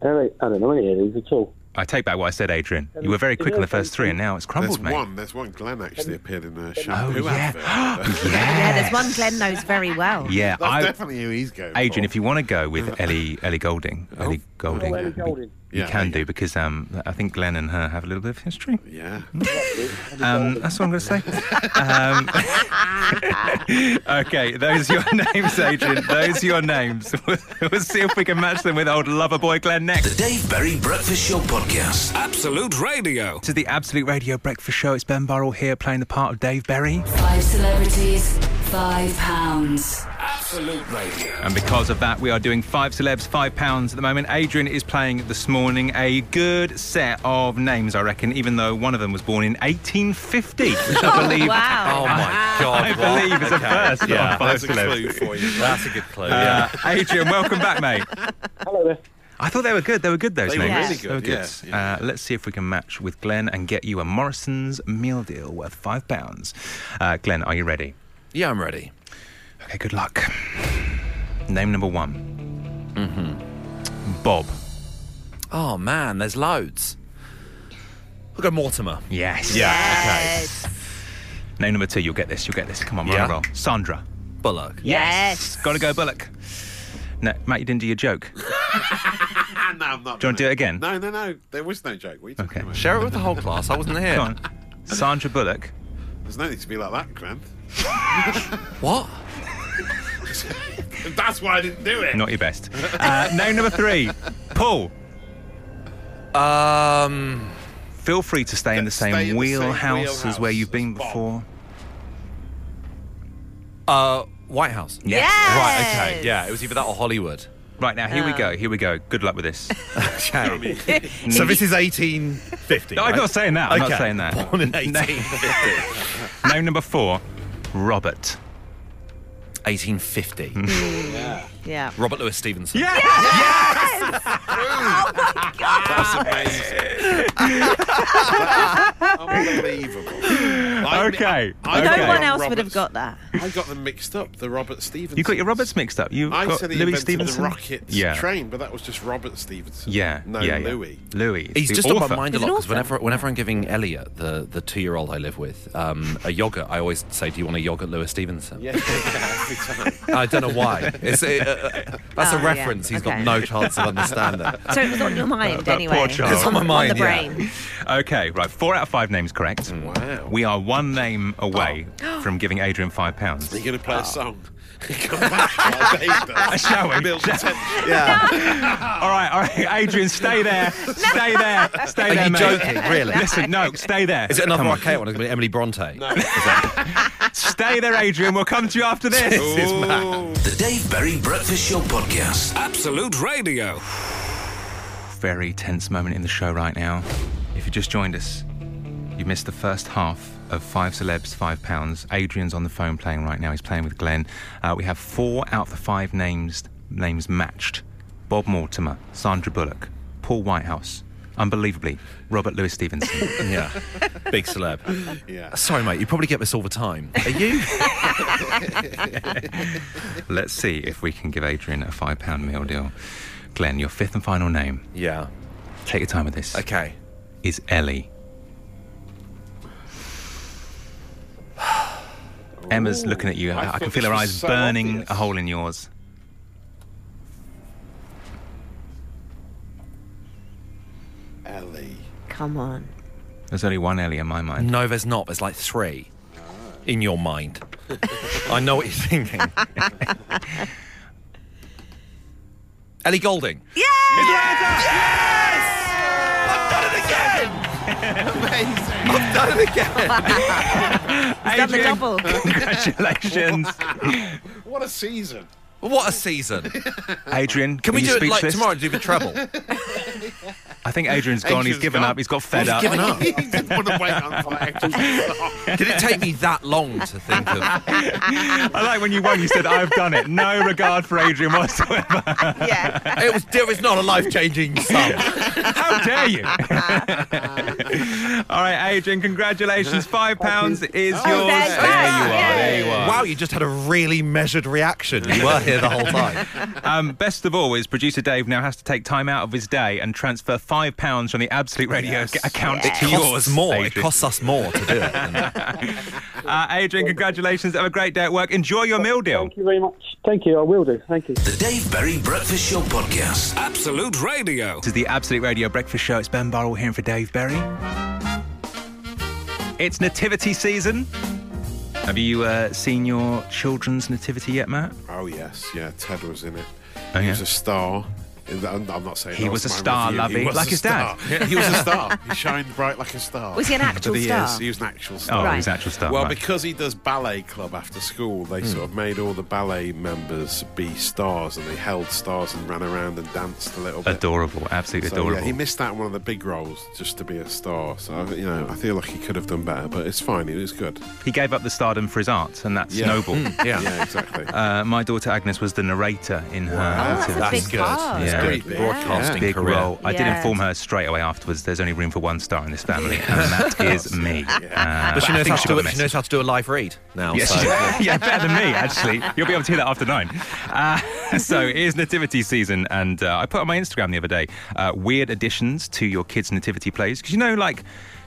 [SPEAKER 11] I don't, I don't know any of these at all.
[SPEAKER 3] I take back what I said, Adrian. You were very quick on the first three, and now it's crumbled,
[SPEAKER 4] There's
[SPEAKER 3] mate. Oh,
[SPEAKER 4] one. There's one. Glenn actually appeared in a shampoo
[SPEAKER 3] yeah.
[SPEAKER 4] advert. That's
[SPEAKER 5] Yeah, there's one Glenn knows very well.
[SPEAKER 3] Yeah, I,
[SPEAKER 4] definitely who he's going.
[SPEAKER 3] Adrian,
[SPEAKER 4] for.
[SPEAKER 3] if you want to go with Ellie, Ellie Golding, Ellie Golding,
[SPEAKER 11] Oh, Ellie Golding.
[SPEAKER 3] you
[SPEAKER 4] Yeah,
[SPEAKER 3] can
[SPEAKER 4] there
[SPEAKER 3] do because um, I think Glenn and her have a little bit of history.
[SPEAKER 4] Yeah.
[SPEAKER 3] Um, that's what I'm going to say. Um, okay, those are your names, Adrian. Those are your names. We'll, we'll see if we can match them with old lover boy Glenn next.
[SPEAKER 1] The Dave Berry Breakfast Show Podcast.
[SPEAKER 2] Absolute Radio.
[SPEAKER 3] This is the Absolute Radio Breakfast Show. It's Ben Burrell here playing the part of Dave Berry.
[SPEAKER 10] Five celebrities, five pounds.
[SPEAKER 1] Absolute Radio.
[SPEAKER 3] And because of that, we are doing five celebs, five pounds at the moment. Adrian is playing this morning a good set of names, I reckon, even though one of them was born in 1850, which I believe.
[SPEAKER 5] Wow.
[SPEAKER 6] Oh my God.
[SPEAKER 3] I
[SPEAKER 6] right,
[SPEAKER 3] believe is a
[SPEAKER 6] okay.
[SPEAKER 3] first.
[SPEAKER 6] Yeah,
[SPEAKER 3] on five
[SPEAKER 6] that's a
[SPEAKER 3] celebs.
[SPEAKER 6] clue for you. That's a good clue.
[SPEAKER 3] Uh,
[SPEAKER 6] yeah.
[SPEAKER 3] Adrian, welcome back, mate.
[SPEAKER 11] Hello there.
[SPEAKER 3] I thought they were good. They were good, those
[SPEAKER 4] They were
[SPEAKER 3] names.
[SPEAKER 5] really
[SPEAKER 4] good,
[SPEAKER 3] They were
[SPEAKER 4] yeah, yeah.
[SPEAKER 3] Uh, let's see if we can match with Glenn and get you a Morrison's meal deal worth five pounds. Uh, Glenn, are you ready?
[SPEAKER 6] Yeah, I'm ready.
[SPEAKER 3] Okay, good luck. Name number one. Mm-hmm. Bob.
[SPEAKER 6] Oh man, there's loads. We'll go Mortimer.
[SPEAKER 3] Yes.
[SPEAKER 5] Yes.
[SPEAKER 3] Name number two. You'll get this. You'll get this. Come on, roll
[SPEAKER 6] Yeah.
[SPEAKER 3] and roll. Sandra.
[SPEAKER 6] Bullock.
[SPEAKER 5] Yes.
[SPEAKER 3] Got to go, Bullock. No, Matt, you didn't do your joke.
[SPEAKER 4] Ah, no, I'm not.
[SPEAKER 3] Do you want to do it again?
[SPEAKER 4] No, no, no. There was no joke. What are you talking
[SPEAKER 3] Okay.
[SPEAKER 4] about?
[SPEAKER 6] Share it with the whole class. I wasn't here.
[SPEAKER 3] Come on. Sandra Bullock.
[SPEAKER 4] There's no need to be like that, Glenn.
[SPEAKER 6] What?
[SPEAKER 4] That's why I didn't do it.
[SPEAKER 3] Not your best. Uh, name number three. Paul.
[SPEAKER 6] Um,
[SPEAKER 3] Feel free to stay in the
[SPEAKER 4] Stay
[SPEAKER 3] same
[SPEAKER 4] in the same
[SPEAKER 3] wheelhouse as
[SPEAKER 4] wheelhouse
[SPEAKER 3] where you've been
[SPEAKER 4] as Bob.
[SPEAKER 3] before.
[SPEAKER 6] uh, White House.
[SPEAKER 3] Yes.
[SPEAKER 6] Right. Okay. Yeah. It was either that or Hollywood.
[SPEAKER 3] Right now, here we go. Here we go. Good luck with this.
[SPEAKER 6] Okay. so this is 1850.
[SPEAKER 3] No, I'm not saying that. I'm not saying that.
[SPEAKER 6] Born in 1850.
[SPEAKER 3] Name number four. Robert.
[SPEAKER 6] 1850.
[SPEAKER 5] Yeah.
[SPEAKER 6] Robert Louis Stevenson.
[SPEAKER 3] Yeah.
[SPEAKER 4] That's amazing. Unbelievable. I-
[SPEAKER 3] Okay.
[SPEAKER 4] I- I
[SPEAKER 5] No
[SPEAKER 4] got
[SPEAKER 3] Okay.
[SPEAKER 5] one else would
[SPEAKER 4] Roberts-
[SPEAKER 5] have got that.
[SPEAKER 4] I got them mixed up. The Robert Stevenson.
[SPEAKER 3] You got your Roberts mixed up. You
[SPEAKER 4] I
[SPEAKER 3] got
[SPEAKER 4] said he
[SPEAKER 3] Louis
[SPEAKER 4] invented
[SPEAKER 3] Stevenson.
[SPEAKER 4] the rockets
[SPEAKER 3] yeah.
[SPEAKER 4] train, but that was just Robert Stevenson.
[SPEAKER 3] Yeah.
[SPEAKER 4] no
[SPEAKER 3] yeah, yeah.
[SPEAKER 4] Louis.
[SPEAKER 3] Louis.
[SPEAKER 6] He's
[SPEAKER 3] the
[SPEAKER 6] just on
[SPEAKER 3] author.
[SPEAKER 6] my mind a
[SPEAKER 5] He's
[SPEAKER 6] lot
[SPEAKER 5] an
[SPEAKER 6] because
[SPEAKER 5] author.
[SPEAKER 6] whenever, whenever I'm giving Elliot, the, the two year old I live with, um, a yogurt, I always say, Do you want a yogurt, Lewis Stevenson?
[SPEAKER 4] Yeah, yeah, every time.
[SPEAKER 6] I don't know why. It's, uh, uh, that's
[SPEAKER 5] Oh,
[SPEAKER 6] a
[SPEAKER 5] yeah.
[SPEAKER 6] reference he's
[SPEAKER 5] Okay.
[SPEAKER 6] got no chance of understanding.
[SPEAKER 5] So it was on your mind
[SPEAKER 3] that
[SPEAKER 5] anyway.
[SPEAKER 3] poor child. It's on
[SPEAKER 6] my
[SPEAKER 5] On the
[SPEAKER 6] mind, yeah.
[SPEAKER 5] brain.
[SPEAKER 3] Okay, right. Four out of five names correct.
[SPEAKER 4] Wow.
[SPEAKER 3] We are one name away from giving Adrian five pounds.
[SPEAKER 4] Are you going to play
[SPEAKER 3] Ah.
[SPEAKER 4] a song? Come back, I'll bathe them.
[SPEAKER 3] Shall we?
[SPEAKER 4] Milk Tent-
[SPEAKER 3] All right, all right, Adrian, stay there, stay there, stay
[SPEAKER 6] Are
[SPEAKER 3] there,
[SPEAKER 6] you
[SPEAKER 3] mate.
[SPEAKER 6] joking? Really?
[SPEAKER 3] Listen, no, stay there.
[SPEAKER 6] Is it another
[SPEAKER 3] Come on.
[SPEAKER 6] archaic one? It's going to be Emily Bronte. No.
[SPEAKER 3] Stay there, Adrian. We'll come to you after this.
[SPEAKER 1] The Dave Berry Breakfast Show Podcast.
[SPEAKER 2] Absolute Radio.
[SPEAKER 3] Very tense moment in the show right now. If you just joined us, you missed the first half of Five Celebs, Five Pounds. Adrian's on the phone playing right now. He's playing with Glenn. Uh, we have four out of the five names names matched. Bob Mortimer, Sandra Bullock, Paul Whitehouse. Unbelievably, Robert Louis Stevenson.
[SPEAKER 6] Yeah. Big celeb.
[SPEAKER 4] Yeah.
[SPEAKER 6] Sorry, mate, you probably get this all the time. Are you?
[SPEAKER 3] Let's see if we can give Adrian a five pound meal deal. Glenn, your fifth and final name.
[SPEAKER 6] yeah.
[SPEAKER 3] Take your time with this.
[SPEAKER 6] Okay.
[SPEAKER 3] Is Ellie. Emma's looking at you.
[SPEAKER 4] I
[SPEAKER 3] I, I
[SPEAKER 4] thought
[SPEAKER 3] can feel
[SPEAKER 4] this
[SPEAKER 3] her
[SPEAKER 4] was
[SPEAKER 3] eyes
[SPEAKER 4] so
[SPEAKER 3] burning
[SPEAKER 4] obvious.
[SPEAKER 3] a hole in yours.
[SPEAKER 4] Ellie.
[SPEAKER 5] Come on.
[SPEAKER 3] There's only one Ellie in my mind.
[SPEAKER 6] No, there's not. There's like three in your mind. I know what you're thinking. Ellie Golding. Yeah! Yes! I've done it again! Amazing. I've done it again.
[SPEAKER 5] Done the double.
[SPEAKER 3] congratulations.
[SPEAKER 4] What a season.
[SPEAKER 6] What a season.
[SPEAKER 3] Adrian,
[SPEAKER 6] Can we
[SPEAKER 3] are you
[SPEAKER 6] do it like
[SPEAKER 3] speechless?
[SPEAKER 6] tomorrow? Do the treble?
[SPEAKER 3] I think Adrian's gone.
[SPEAKER 6] Adrian's
[SPEAKER 3] he's given
[SPEAKER 6] gone.
[SPEAKER 3] up. He's got fed
[SPEAKER 6] He's
[SPEAKER 3] up.
[SPEAKER 6] given up.
[SPEAKER 4] He didn't want to wait on for
[SPEAKER 6] Did it take me that long to think of?
[SPEAKER 3] I like when you won. You said, "I've done it." No regard for Adrian whatsoever.
[SPEAKER 6] Yeah. It was. It was not a life-changing sum.
[SPEAKER 3] How dare you? All right, Adrian. Congratulations. Five pounds is
[SPEAKER 6] Oh,
[SPEAKER 3] yours.
[SPEAKER 6] there's
[SPEAKER 3] There
[SPEAKER 6] that.
[SPEAKER 3] you are. There you are.
[SPEAKER 6] Wow, you just had a really measured reaction. You were here the whole time.
[SPEAKER 3] Um, best of all is producer Dave now has to take time out of his day and transfer five pounds from the Absolute Radio ac- account
[SPEAKER 6] It
[SPEAKER 3] to
[SPEAKER 6] costs
[SPEAKER 3] yours.
[SPEAKER 6] more. It
[SPEAKER 3] Adrian.
[SPEAKER 6] costs us more to do it.
[SPEAKER 3] Uh, Adrian, congratulations. Have a great day at work. Enjoy your meal deal.
[SPEAKER 11] Thank you very much. Thank you. I will do. Thank you.
[SPEAKER 1] The Dave Berry Breakfast Show Podcast.
[SPEAKER 2] Absolute Radio.
[SPEAKER 3] This is the Absolute Radio Breakfast Show. It's Ben Burrell here for Dave Berry. It's nativity season. Have you uh, seen your children's nativity yet, Matt?
[SPEAKER 4] Oh yes, yeah. Ted was in it.
[SPEAKER 3] Oh,
[SPEAKER 4] he
[SPEAKER 3] yeah.
[SPEAKER 4] was a star. I'm I'm not saying
[SPEAKER 3] He
[SPEAKER 4] that
[SPEAKER 3] was a
[SPEAKER 4] my
[SPEAKER 3] star,
[SPEAKER 4] review.
[SPEAKER 3] lovey,
[SPEAKER 4] He was
[SPEAKER 3] like
[SPEAKER 4] a
[SPEAKER 3] his dad.
[SPEAKER 4] star. he was a star. He shined bright like a star.
[SPEAKER 5] Was he an actual
[SPEAKER 4] but he
[SPEAKER 5] star?
[SPEAKER 4] Is. He was an actual star.
[SPEAKER 3] Oh, he's actual star.
[SPEAKER 4] Well,
[SPEAKER 3] right.
[SPEAKER 4] because he does ballet club after school,
[SPEAKER 3] Hmm.
[SPEAKER 4] they sort of made all the ballet members be stars, and they held stars and ran around and danced a little bit.
[SPEAKER 3] adorable, absolutely
[SPEAKER 4] So,
[SPEAKER 3] adorable.
[SPEAKER 4] yeah, he missed out on one of the big roles just to be a star. So you know, I feel like he could have done better, but it's fine. It was good.
[SPEAKER 3] He gave up the stardom for his art, and that's
[SPEAKER 4] Yeah. Hmm.
[SPEAKER 3] noble.
[SPEAKER 6] Yeah.
[SPEAKER 4] Yeah, exactly.
[SPEAKER 3] Uh, my daughter Agnes was the narrator in her.
[SPEAKER 5] Oh, that's a
[SPEAKER 3] nativity.
[SPEAKER 5] big part.
[SPEAKER 3] Yeah.
[SPEAKER 4] very big.
[SPEAKER 6] Broadcasting
[SPEAKER 3] big
[SPEAKER 6] career.
[SPEAKER 3] role. I did
[SPEAKER 5] Yeah.
[SPEAKER 3] inform her straight away afterwards. There's only room for one star in this family, and that is me. Uh,
[SPEAKER 6] But she
[SPEAKER 3] I
[SPEAKER 6] knows,
[SPEAKER 3] think
[SPEAKER 6] how to
[SPEAKER 3] got
[SPEAKER 6] do
[SPEAKER 3] the
[SPEAKER 6] it, she knows how to do a live read now.
[SPEAKER 3] Yes,
[SPEAKER 6] so-
[SPEAKER 3] yeah, better than me, actually. You'll be able to hear that after nine. Uh, so it is nativity season, and uh, I put on my Instagram the other day uh, weird additions to your kids' nativity plays because you know, like.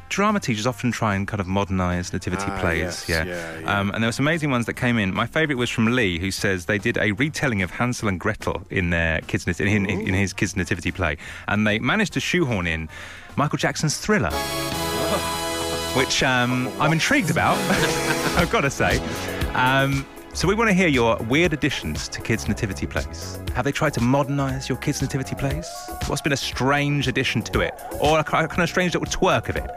[SPEAKER 3] Drama teachers often try and kind of modernise nativity
[SPEAKER 4] Ah,
[SPEAKER 3] plays,
[SPEAKER 4] yes,
[SPEAKER 3] yeah.
[SPEAKER 4] yeah, yeah.
[SPEAKER 3] Um, and there were some amazing ones that came in. My favourite was from Lee, who says they did a retelling of Hansel and Gretel in their kids nat- in, in, in his kids' nativity play, and they managed to shoehorn in Michael Jackson's Thriller which um, I'm intrigued about, I've got to say. Um, so we want to hear your weird additions to kids' nativity plays. Have they tried to modernise your kids' nativity plays? What's been a strange addition to it, or a ki- kind of strange little twerk of it,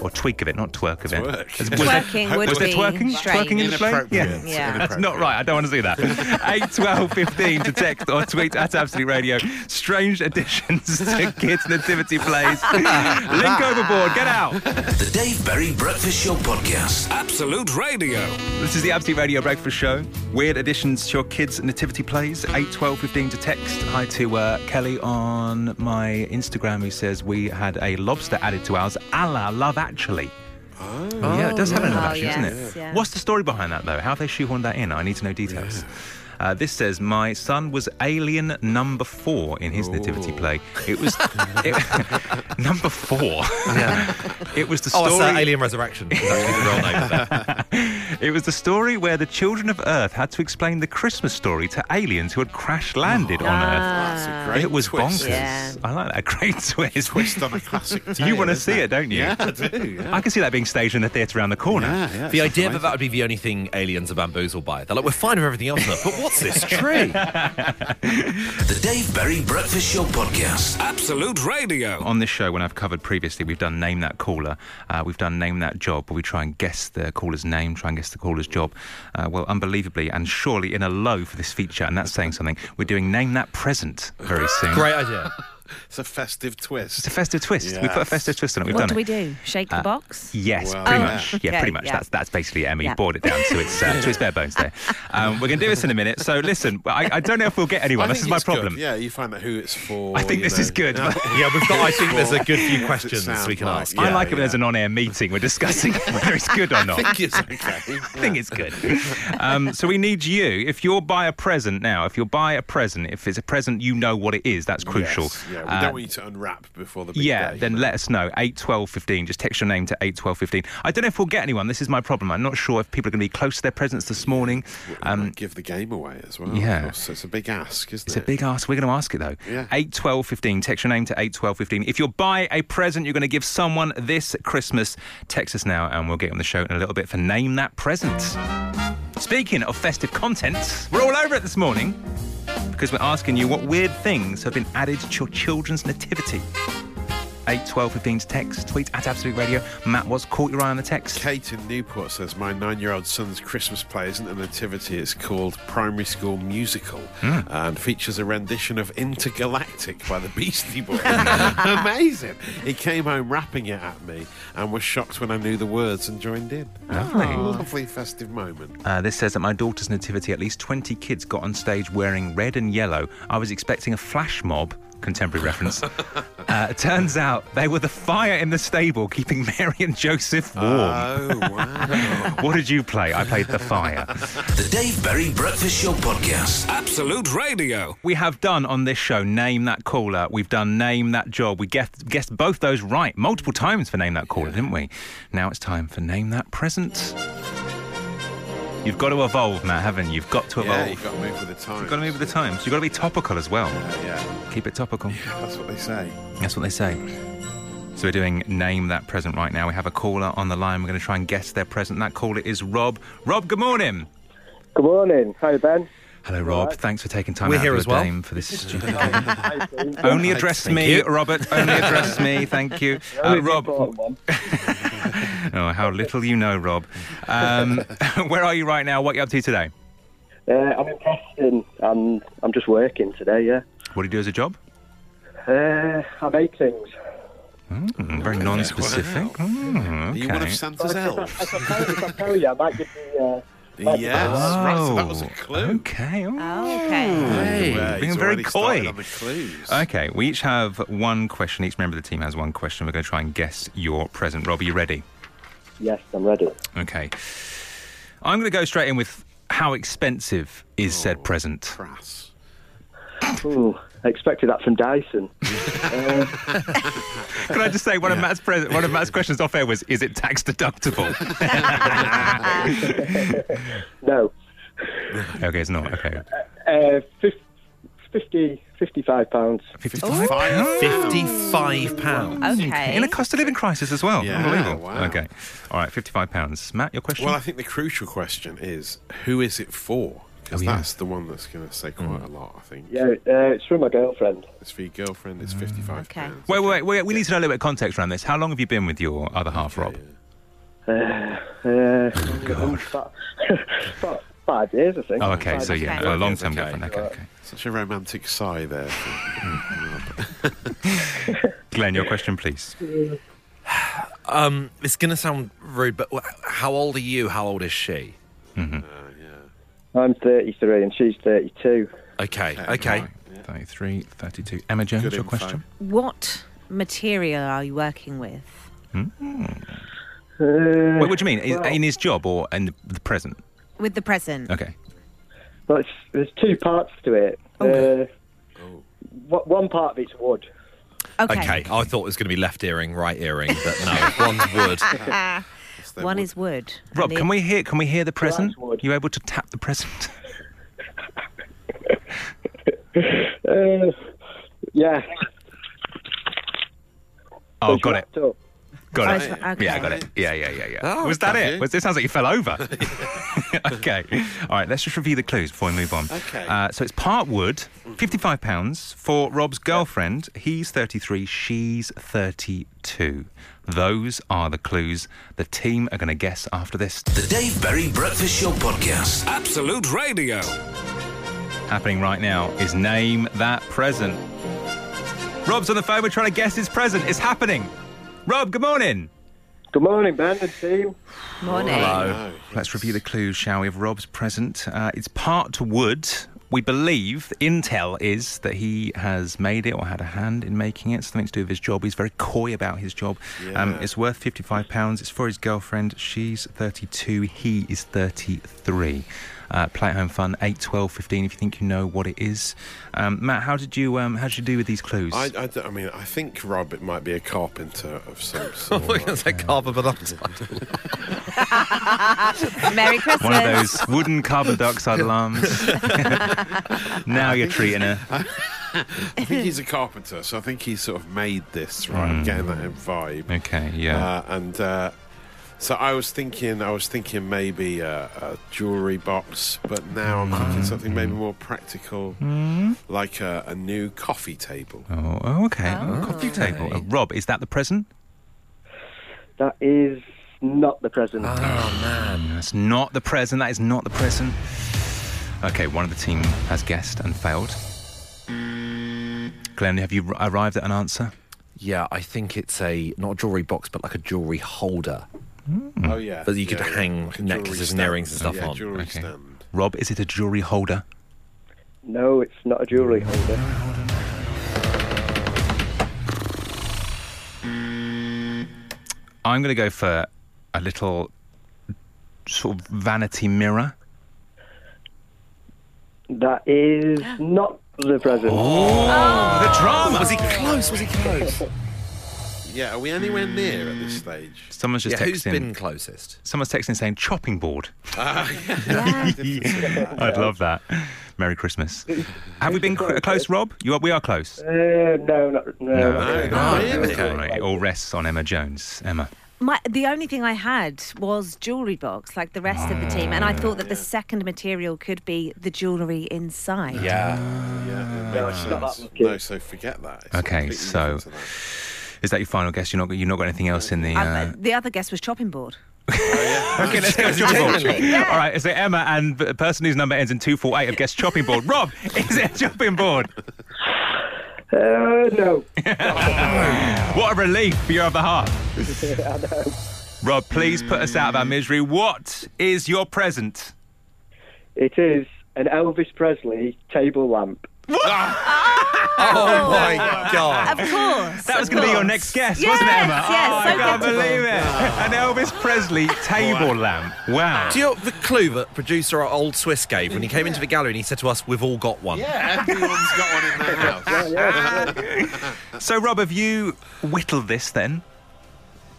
[SPEAKER 3] or tweak of it, not twerk of it?
[SPEAKER 4] Twerk.
[SPEAKER 3] Was
[SPEAKER 5] Twerking would
[SPEAKER 3] was there
[SPEAKER 5] be
[SPEAKER 3] twerking?
[SPEAKER 5] strange.
[SPEAKER 3] Twerking in the play?
[SPEAKER 4] Inappropriate.
[SPEAKER 5] Yeah.
[SPEAKER 3] That's not right. I don't want to see that. 8, 12, 15 to text or tweet at Absolute Radio. Strange additions to kids' nativity plays. Link overboard. Get out.
[SPEAKER 1] The Dave Berry Breakfast Show Podcast.
[SPEAKER 2] Absolute Radio.
[SPEAKER 3] This is the Absolute Radio Breakfast Show. Weird additions to your kids' nativity plays. 8, 12, 15 to text. Hi to uh, Kelly on my Instagram who says we had a lobster added to ours a la Love Actually. Oh, yeah, it does have an
[SPEAKER 5] Oh,
[SPEAKER 3] love actually, doesn't it?
[SPEAKER 5] yes, yeah.
[SPEAKER 3] What's the story behind that, though? How have they shoehorned that in? I need to know details. Uh, this says my son was alien number four in his nativity play. It was it, number four. It was the
[SPEAKER 6] Oh,
[SPEAKER 3] story.
[SPEAKER 6] it's uh, Alien Resurrection. That's actually the real name of that.
[SPEAKER 3] It was the story where the children of Earth had to explain the Christmas story to aliens who had crash landed on Earth.
[SPEAKER 4] Ah. That's a great
[SPEAKER 3] it was
[SPEAKER 4] twist.
[SPEAKER 3] bonkers.
[SPEAKER 5] Yeah.
[SPEAKER 3] I like that. Great twist.
[SPEAKER 4] Twist on a classic.
[SPEAKER 3] you
[SPEAKER 4] tale,
[SPEAKER 3] want to
[SPEAKER 4] isn't
[SPEAKER 3] see it, don't you?
[SPEAKER 4] Yeah, I do. Yeah.
[SPEAKER 3] I can see that being staged in the theatre around the corner.
[SPEAKER 4] Yeah, yeah,
[SPEAKER 6] The
[SPEAKER 4] it's
[SPEAKER 6] idea that
[SPEAKER 4] amazing.
[SPEAKER 6] that would be the only thing aliens are bamboozled by. They're like, we're fine with everything else, look, but what's this tree?
[SPEAKER 1] The Dave Berry Breakfast Show Podcast.
[SPEAKER 2] Absolute Radio.
[SPEAKER 3] On this show, when I've covered previously, we've done Name That Caller, uh, we've done Name That Job, where we try and guess the caller's name, try and guess the caller's job. Uh, well, unbelievably, and surely in a low for this feature, and that's saying something, we're doing Name That Present very soon.
[SPEAKER 6] Great idea.
[SPEAKER 4] It's a festive twist.
[SPEAKER 3] It's a festive twist. We put a
[SPEAKER 4] Yes.
[SPEAKER 3] festive twist on it. We've done
[SPEAKER 5] what do
[SPEAKER 3] it. Uh,
[SPEAKER 5] we do? Shake the box?
[SPEAKER 3] Yes,
[SPEAKER 4] Well,
[SPEAKER 3] pretty
[SPEAKER 4] Oh,
[SPEAKER 3] much. Yeah,
[SPEAKER 5] okay,
[SPEAKER 3] pretty much.
[SPEAKER 5] yeah.
[SPEAKER 3] That's that's basically Emmy.
[SPEAKER 5] Yeah.
[SPEAKER 3] Boiled it down to its uh, to its bare bones. There, um, we're going to do this in a minute. So listen, I, I don't know if we'll get anyone.
[SPEAKER 4] I
[SPEAKER 3] This
[SPEAKER 4] think
[SPEAKER 3] is my
[SPEAKER 4] it's good.
[SPEAKER 3] problem.
[SPEAKER 4] Yeah, you find out who it's for.
[SPEAKER 3] I think
[SPEAKER 4] you
[SPEAKER 3] this
[SPEAKER 4] know.
[SPEAKER 3] is good.
[SPEAKER 4] Yeah.
[SPEAKER 3] but-
[SPEAKER 6] Yeah, we've got, I think there's a good few
[SPEAKER 4] What's it
[SPEAKER 6] questions
[SPEAKER 4] sound
[SPEAKER 6] we can
[SPEAKER 4] like?
[SPEAKER 6] ask.
[SPEAKER 4] Yeah.
[SPEAKER 3] I like it when there's an on-air meeting. We're discussing whether it's good or not.
[SPEAKER 4] I think it's okay.
[SPEAKER 3] I think it's good. Um, so we need you. If you're buy a present now, if you're buy a present, if it's a present, you know what it is. That's crucial.
[SPEAKER 4] Yes, yeah, we
[SPEAKER 3] Uh,
[SPEAKER 4] don't want you to unwrap before the big
[SPEAKER 3] yeah,
[SPEAKER 4] day.
[SPEAKER 3] then let us know. 8 12 15. Just text your name to 8 12 15. I don't know if we'll get anyone. This is my problem. I'm not sure if people are going to be close to their presents this morning.
[SPEAKER 4] um, give the game away as well.
[SPEAKER 3] yeah.
[SPEAKER 4] of course. so it's a big ask, isn't
[SPEAKER 3] It's a
[SPEAKER 4] it?
[SPEAKER 3] big ask. We're going to ask it though.
[SPEAKER 4] Yeah.
[SPEAKER 3] Eight twelve fifteen. Text your name to eight twelve fifteen. If you're buy a present you're going to give someone this Christmas, text us now and we'll get on the show in a little bit for name that present. Speaking of festive content, we're all over it this morning because we're asking you what weird things have been added to your children's nativity. 8 12 15 's text, tweet at Absolute Radio. Matt was caught your eye on the text.
[SPEAKER 4] Kate in Newport says, My nine year old son's Christmas play isn't a nativity, it's called Primary School Musical
[SPEAKER 3] Hmm.
[SPEAKER 4] and features a rendition of Intergalactic by the Beastie Boys. Amazing. He came home rapping it at me and was shocked when I knew the words and joined in.
[SPEAKER 3] Lovely.
[SPEAKER 4] Lovely festive moment.
[SPEAKER 3] Uh, this says that my daughter's nativity, at least 20 kids got on stage wearing red and yellow. I was expecting a flash mob, contemporary reference. uh, it turns out they were the fire in the stable keeping Mary and Joseph warm.
[SPEAKER 4] Oh, wow.
[SPEAKER 3] what did you play? I played the fire.
[SPEAKER 1] The Dave Berry Breakfast Show Podcast.
[SPEAKER 2] Absolute Radio.
[SPEAKER 3] We have done on this show Name That Caller. We've done Name That Job. We guessed, guessed both those right multiple times for Name That Caller, didn't we? Now it's time for Name That Present. You've got to evolve, Matt, haven't you? You've got to evolve.
[SPEAKER 4] Yeah, you've got to move with the time.
[SPEAKER 3] You've got to move with the times. You've got to be topical as well.
[SPEAKER 4] Yeah,
[SPEAKER 3] Keep it topical.
[SPEAKER 4] that's what they say.
[SPEAKER 3] That's what they say. So we're doing name that present right now. We have a caller on the line. We're going to try and guess their present. That caller is Rob. Rob, good morning.
[SPEAKER 12] Good morning. Hi, Ben.
[SPEAKER 3] Hello, Rob. Thanks for taking time
[SPEAKER 6] We're
[SPEAKER 3] out
[SPEAKER 6] here
[SPEAKER 3] of
[SPEAKER 6] as
[SPEAKER 3] your
[SPEAKER 6] well.
[SPEAKER 3] game for this stupid.
[SPEAKER 12] Hi, Dean.
[SPEAKER 3] Only address
[SPEAKER 6] Thank
[SPEAKER 3] me,
[SPEAKER 6] you.
[SPEAKER 3] Robert. Only address me. Thank you,
[SPEAKER 12] Only
[SPEAKER 3] uh,
[SPEAKER 12] the
[SPEAKER 3] Rob.
[SPEAKER 12] important one.
[SPEAKER 3] Oh, how little you know, Rob. Um, where are you right now? What are you up to today?
[SPEAKER 12] Uh, I'm in Preston and I'm just working today, yeah.
[SPEAKER 3] What do you do as a job?
[SPEAKER 12] Uh, I make things.
[SPEAKER 3] Mm, very non-specific. Mm,
[SPEAKER 4] Are you one of
[SPEAKER 3] okay.
[SPEAKER 4] Santa's elves?
[SPEAKER 12] If I tell- if I tell you, I might give you. Uh,
[SPEAKER 4] yes. Right, so that was a clue.
[SPEAKER 3] Okay. oh.
[SPEAKER 5] Oh, okay.
[SPEAKER 4] Hey,
[SPEAKER 3] being
[SPEAKER 4] he's
[SPEAKER 3] very
[SPEAKER 4] already started
[SPEAKER 3] coy.
[SPEAKER 4] on the clues.
[SPEAKER 3] Okay, we each have one question. Each member of the team has one question. We're going to try and guess your present. Rob, are you ready?
[SPEAKER 12] yes, I'm ready.
[SPEAKER 3] Okay. I'm going to go straight in with how expensive is said present?
[SPEAKER 4] Crass.
[SPEAKER 12] Ooh, I expected that from Dyson.
[SPEAKER 3] Can I just say one of Matt's present, one of Matt's questions off air was is it tax deductible?
[SPEAKER 12] No,
[SPEAKER 3] okay, it's not. Okay.
[SPEAKER 12] uh, fif- 50, 55 pounds.
[SPEAKER 3] 55
[SPEAKER 6] Oh. Fifty-five pounds.
[SPEAKER 5] Okay.
[SPEAKER 3] In a cost of living crisis as well.
[SPEAKER 4] Yeah,
[SPEAKER 3] Unbelievable.
[SPEAKER 4] wow.
[SPEAKER 3] Okay. All right, 55 pounds. Matt, your question?
[SPEAKER 4] Well, I think the crucial question is who is it for? Because
[SPEAKER 3] Oh, yeah. Mm.
[SPEAKER 4] that's the one that's going to say quite a lot, I think.
[SPEAKER 12] Yeah, uh, it's from my girlfriend.
[SPEAKER 4] It's for your girlfriend,
[SPEAKER 3] Mm.
[SPEAKER 4] it's 55
[SPEAKER 5] Okay.
[SPEAKER 4] pounds.
[SPEAKER 3] Wait, wait, wait. We need to know a little bit of context around this. How long have you been with your other half, Rob?
[SPEAKER 12] Uh, about- about five years, I think.
[SPEAKER 3] Oh, okay. So, yeah,
[SPEAKER 5] Okay.
[SPEAKER 3] a long term girlfriend. Okay, okay.
[SPEAKER 4] Such a romantic sigh there.
[SPEAKER 3] Glenn, your question, please.
[SPEAKER 6] Um, it's going to sound rude, but wh- how old are you? How old is she?
[SPEAKER 12] I'm 33 and she's 32.
[SPEAKER 6] Okay, okay.
[SPEAKER 3] 33, 32. Emma Jones,
[SPEAKER 4] Good
[SPEAKER 3] your
[SPEAKER 4] info.
[SPEAKER 3] question?
[SPEAKER 5] What material are you working with?
[SPEAKER 12] Uh,
[SPEAKER 3] Wait, what do you mean? Is- in his job or in the- the present?
[SPEAKER 5] With the present.
[SPEAKER 3] Okay.
[SPEAKER 12] Well, it's, there's two parts to it. Uh, wha- one part of it's wood.
[SPEAKER 5] Okay.
[SPEAKER 6] Okay, I thought it was going to be left earring, right earring, but no, one's wood.
[SPEAKER 5] Ah,
[SPEAKER 4] their
[SPEAKER 5] one
[SPEAKER 4] wood.
[SPEAKER 5] is wood.
[SPEAKER 3] Rob,
[SPEAKER 5] and the-
[SPEAKER 3] can we hear? Can we hear the present?
[SPEAKER 12] wood.
[SPEAKER 3] You able to tap the present?
[SPEAKER 12] Uh, yeah.
[SPEAKER 3] Oh,
[SPEAKER 12] it's
[SPEAKER 3] got it,
[SPEAKER 12] wrapped up.
[SPEAKER 5] Oh,
[SPEAKER 3] got
[SPEAKER 5] it's
[SPEAKER 3] it.
[SPEAKER 5] wra- okay.
[SPEAKER 3] Yeah, got it. Yeah, yeah, yeah, yeah.
[SPEAKER 6] Oh,
[SPEAKER 3] Was that
[SPEAKER 4] okay.
[SPEAKER 3] it? Was, it sounds like you fell over. okay. All right. Let's just review the clues before we move on.
[SPEAKER 4] Okay.
[SPEAKER 3] Uh, so it's part wood, fifty-five pounds for Rob's girlfriend. He's thirty-three. She's thirty-two. Those are the clues. The team are going to guess after this.
[SPEAKER 1] The Dave Berry Breakfast Show Podcast.
[SPEAKER 2] Absolute Radio.
[SPEAKER 3] happening right now is name that present. Rob's on the phone. We're trying to guess his present. It's happening. Rob, good morning.
[SPEAKER 12] Good morning, Ben and team.
[SPEAKER 5] Morning.
[SPEAKER 4] No.
[SPEAKER 3] Let's review the clues, shall we, of Rob's present. Uh, it's part wood. We believe intel is that he has made it or had a hand in making it. Something to do with his job. He's very coy about his job. Um,
[SPEAKER 4] Yeah.
[SPEAKER 3] it's worth fifty-five pounds. It's for his girlfriend. She's thirty-two. He is thirty-three. Uh, play at home fun. 8, 12, 15 If you think you know what it is, um, Matt, how did you um, how did you do with these clues?
[SPEAKER 4] I, I, don't- I mean, I think Rob it might be a carpenter of some
[SPEAKER 3] Oh
[SPEAKER 4] sort.
[SPEAKER 6] It's like carbon monoxide.
[SPEAKER 5] Merry Christmas.
[SPEAKER 3] One of those wooden carbon dioxide alarms. now you're treating her.
[SPEAKER 4] I think he's a carpenter, so I
[SPEAKER 3] Mm.
[SPEAKER 4] think he sort of made this, right? I'm getting that vibe.
[SPEAKER 3] Okay, yeah.
[SPEAKER 4] Uh, and uh, So I was thinking, I was thinking maybe a, a jewelry box, but now I'm
[SPEAKER 6] Mm-hmm.
[SPEAKER 4] thinking something maybe more practical,
[SPEAKER 3] Mm.
[SPEAKER 4] like a, a new coffee table.
[SPEAKER 3] Oh, oh, okay. Oh, coffee table. Uh, Rob, is that the present?
[SPEAKER 12] That is not the present.
[SPEAKER 3] Ah. man. That's not the present. That is not the present. Okay, one of the team has guessed and failed. Glenn, have you r- arrived at an answer?
[SPEAKER 6] Yeah, I think it's a not a jewelry box, but like a jewelry holder.
[SPEAKER 4] Oh yeah,
[SPEAKER 6] Mm-hmm. That you could
[SPEAKER 4] yeah, yeah,
[SPEAKER 6] hang
[SPEAKER 4] like a jewellery
[SPEAKER 6] necklaces and
[SPEAKER 4] stand.
[SPEAKER 6] earrings and stuff
[SPEAKER 4] yeah,
[SPEAKER 6] on.
[SPEAKER 4] Jewelry
[SPEAKER 6] Okay.
[SPEAKER 4] stand.
[SPEAKER 3] Rob, is it a jewelry holder?
[SPEAKER 12] No, it's not a jewellery holder.
[SPEAKER 3] I'm going to go for a little sort of vanity mirror.
[SPEAKER 12] That is not the present.
[SPEAKER 3] Oh, the drama!
[SPEAKER 6] Was he close? Was he close?
[SPEAKER 4] Yeah, are we anywhere near at this stage?
[SPEAKER 3] Someone's just
[SPEAKER 6] yeah,
[SPEAKER 3] texting.
[SPEAKER 6] who's been closest?
[SPEAKER 3] Someone's texting saying chopping board.
[SPEAKER 4] Ah,
[SPEAKER 3] I'd love that. Merry Christmas. Have we been cr- close, Rob? You are, we are close.
[SPEAKER 12] Uh, no, not, no. Oh,
[SPEAKER 3] okay. All right, It all rests on Emma Jones. Emma.
[SPEAKER 5] My, the only thing I had was jewellery box, like the rest of the team, and I thought that the second material could be the jewellery inside.
[SPEAKER 4] Yeah, yeah, it makes sense. No, so forget that. It's
[SPEAKER 3] Okay,
[SPEAKER 4] completely
[SPEAKER 3] so
[SPEAKER 4] different to that.
[SPEAKER 3] is that your final guess? You're not you've not got anything else in the. Uh...
[SPEAKER 5] Um, The other guess was chopping board.
[SPEAKER 3] Okay, let's go chopping board. All right, so Emma and the person whose number ends in two four eight have guessed chopping board. Rob, is it a chopping board?
[SPEAKER 12] Uh, no.
[SPEAKER 3] What a relief for your other half.
[SPEAKER 12] I know.
[SPEAKER 3] Rob, please put us out of our misery. What is your present?
[SPEAKER 12] It is an Elvis Presley table lamp.
[SPEAKER 6] Oh my
[SPEAKER 5] Of
[SPEAKER 6] god!
[SPEAKER 5] course.
[SPEAKER 3] That was going to be your next guess, wasn't it,
[SPEAKER 5] Yes,
[SPEAKER 3] Emma?
[SPEAKER 5] yes,
[SPEAKER 3] oh,
[SPEAKER 5] so
[SPEAKER 3] I can't
[SPEAKER 5] good.
[SPEAKER 3] believe it. An Elvis Presley table lamp. Wow.
[SPEAKER 6] Do you know the clue that producer our old Swiss gave when he came into the gallery and he said to us, "We've all got one."
[SPEAKER 4] Yeah, everyone's got one in their house.
[SPEAKER 3] So, Rob, have you whittled this then?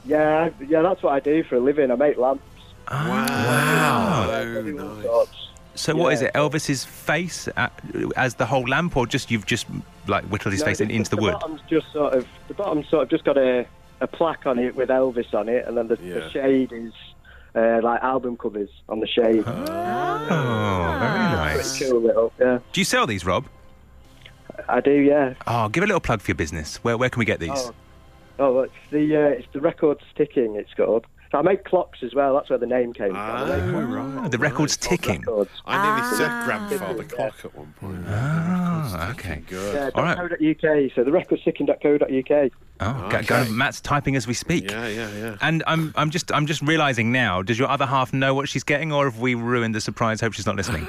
[SPEAKER 12] Yeah, yeah, that's what I do for a living. I make lamps.
[SPEAKER 4] Wow.
[SPEAKER 12] all sorts.
[SPEAKER 3] So, what is it? Elvis's face uh as the whole lamp, or just you've just like whittled his
[SPEAKER 12] No,
[SPEAKER 3] face in, into the, wood?
[SPEAKER 12] Bottom's just sort of the bottom's sort of just got a, a plaque on it with Elvis on it, and then the,
[SPEAKER 4] Yeah.
[SPEAKER 12] the shade is uh, like album covers on the shade.
[SPEAKER 3] Ah. Oh, very
[SPEAKER 12] Just
[SPEAKER 3] nice.
[SPEAKER 12] Chill it up, yeah.
[SPEAKER 3] Do you sell these, Rob?
[SPEAKER 12] I do, yeah.
[SPEAKER 3] Oh, give a little plug for your business. Where where can we get these?
[SPEAKER 12] Oh, oh, it's the uh, it's the records ticking. It's got. I make clocks as well. That's where the name
[SPEAKER 4] Oh,
[SPEAKER 12] came
[SPEAKER 3] Ah,
[SPEAKER 12] from. I make
[SPEAKER 4] right.
[SPEAKER 3] the record's ticking.
[SPEAKER 12] records.
[SPEAKER 4] I nearly said grandfather clock at one point.
[SPEAKER 6] Uh-huh.
[SPEAKER 3] Ah, okay.
[SPEAKER 4] Good.
[SPEAKER 12] Yeah,
[SPEAKER 3] All right.
[SPEAKER 12] Uh, .co.uk. So the records ticking.co.uk.
[SPEAKER 3] Oh, go- go-
[SPEAKER 4] Okay.
[SPEAKER 3] Matt's typing as we speak.
[SPEAKER 4] Yeah, yeah, yeah.
[SPEAKER 3] And I'm, I'm just, I'm just realizing now. Does your other half know what she's getting, or have we ruined the surprise? Hope she's not listening.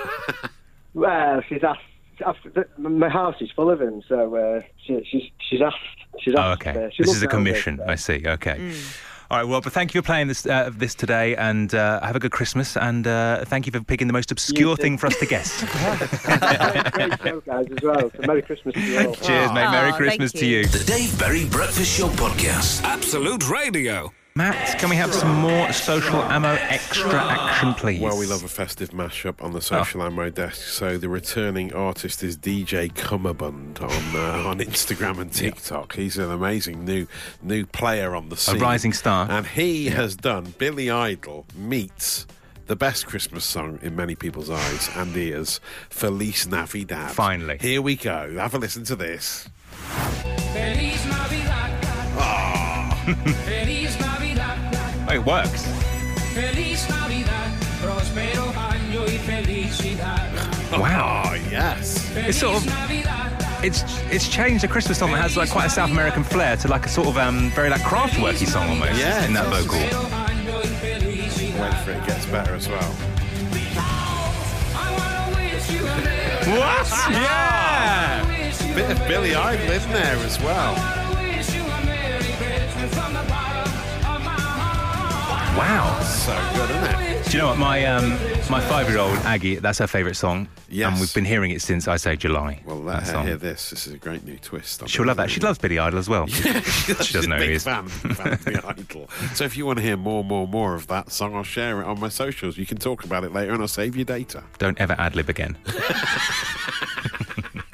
[SPEAKER 12] Well, she's asked. asked th- my house is full of them, so uh, she, she's she's asked. She's
[SPEAKER 3] oh,
[SPEAKER 12] asked.
[SPEAKER 3] okay.
[SPEAKER 12] uh, she
[SPEAKER 3] this
[SPEAKER 12] loves
[SPEAKER 3] is a
[SPEAKER 12] Elvis,
[SPEAKER 3] commission.
[SPEAKER 12] so-
[SPEAKER 3] I see. Okay.
[SPEAKER 5] Mm.
[SPEAKER 3] All right. Well, but thank you for playing this, uh, this today, and uh, have a good Christmas. And uh, thank you for picking the most obscure
[SPEAKER 12] too.
[SPEAKER 3] thing for us to guess.
[SPEAKER 12] great show, guys, as well. So Merry Christmas to you all.
[SPEAKER 3] Cheers, mate. Merry
[SPEAKER 5] Aw,
[SPEAKER 3] Christmas
[SPEAKER 5] thank
[SPEAKER 3] to
[SPEAKER 5] you.
[SPEAKER 3] you.
[SPEAKER 1] The Dave Berry Breakfast Show Podcast.
[SPEAKER 2] Absolute Radio.
[SPEAKER 3] Matt, can we have some more social ammo extra action, please?
[SPEAKER 4] Well, we love a festive mashup
[SPEAKER 3] Oh.
[SPEAKER 4] on the social ammo desk. So the returning artist is DJ Cummerbund on uh, on Instagram and TikTok. He's an amazing new new player on the scene,
[SPEAKER 3] rising star.
[SPEAKER 4] and he has done Billy Idol meets. The best Christmas song in many people's eyes and ears, Feliz Navidad.
[SPEAKER 3] Finally.
[SPEAKER 4] Here we go. Have a listen to this.
[SPEAKER 3] Ah. Oh, it works. Wow.
[SPEAKER 4] Oh, yes.
[SPEAKER 3] It's sort of it's it's changed a Christmas song that has like quite a South American flair to like a sort of um very like craftworky song almost
[SPEAKER 4] Yeah,
[SPEAKER 3] in that
[SPEAKER 4] it's-
[SPEAKER 3] vocal.
[SPEAKER 4] Wait for it gets better as well.
[SPEAKER 3] What? Yeah.
[SPEAKER 4] Bit of Billy Idol in there as well.
[SPEAKER 3] Wow.
[SPEAKER 4] So good, isn't it?
[SPEAKER 3] Do you know what my um my five year old Aggie? That's her favourite song.
[SPEAKER 4] Yes.
[SPEAKER 3] And we've been hearing it since I say July.
[SPEAKER 4] Well, let
[SPEAKER 3] that
[SPEAKER 4] her
[SPEAKER 3] song.
[SPEAKER 4] hear this. This is a great new twist. on
[SPEAKER 3] She'll
[SPEAKER 4] it,
[SPEAKER 3] love that. She
[SPEAKER 4] isn't it?
[SPEAKER 3] loves Billy Idol as well. she
[SPEAKER 4] She's
[SPEAKER 3] doesn't know
[SPEAKER 4] a
[SPEAKER 3] who
[SPEAKER 4] big
[SPEAKER 3] he is.
[SPEAKER 4] fan, big fan of the Idol. So if you want to hear more, more, more of that song, I'll share it on my socials. You can talk about it later, and I'll save your data.
[SPEAKER 3] Don't ever ad lib again.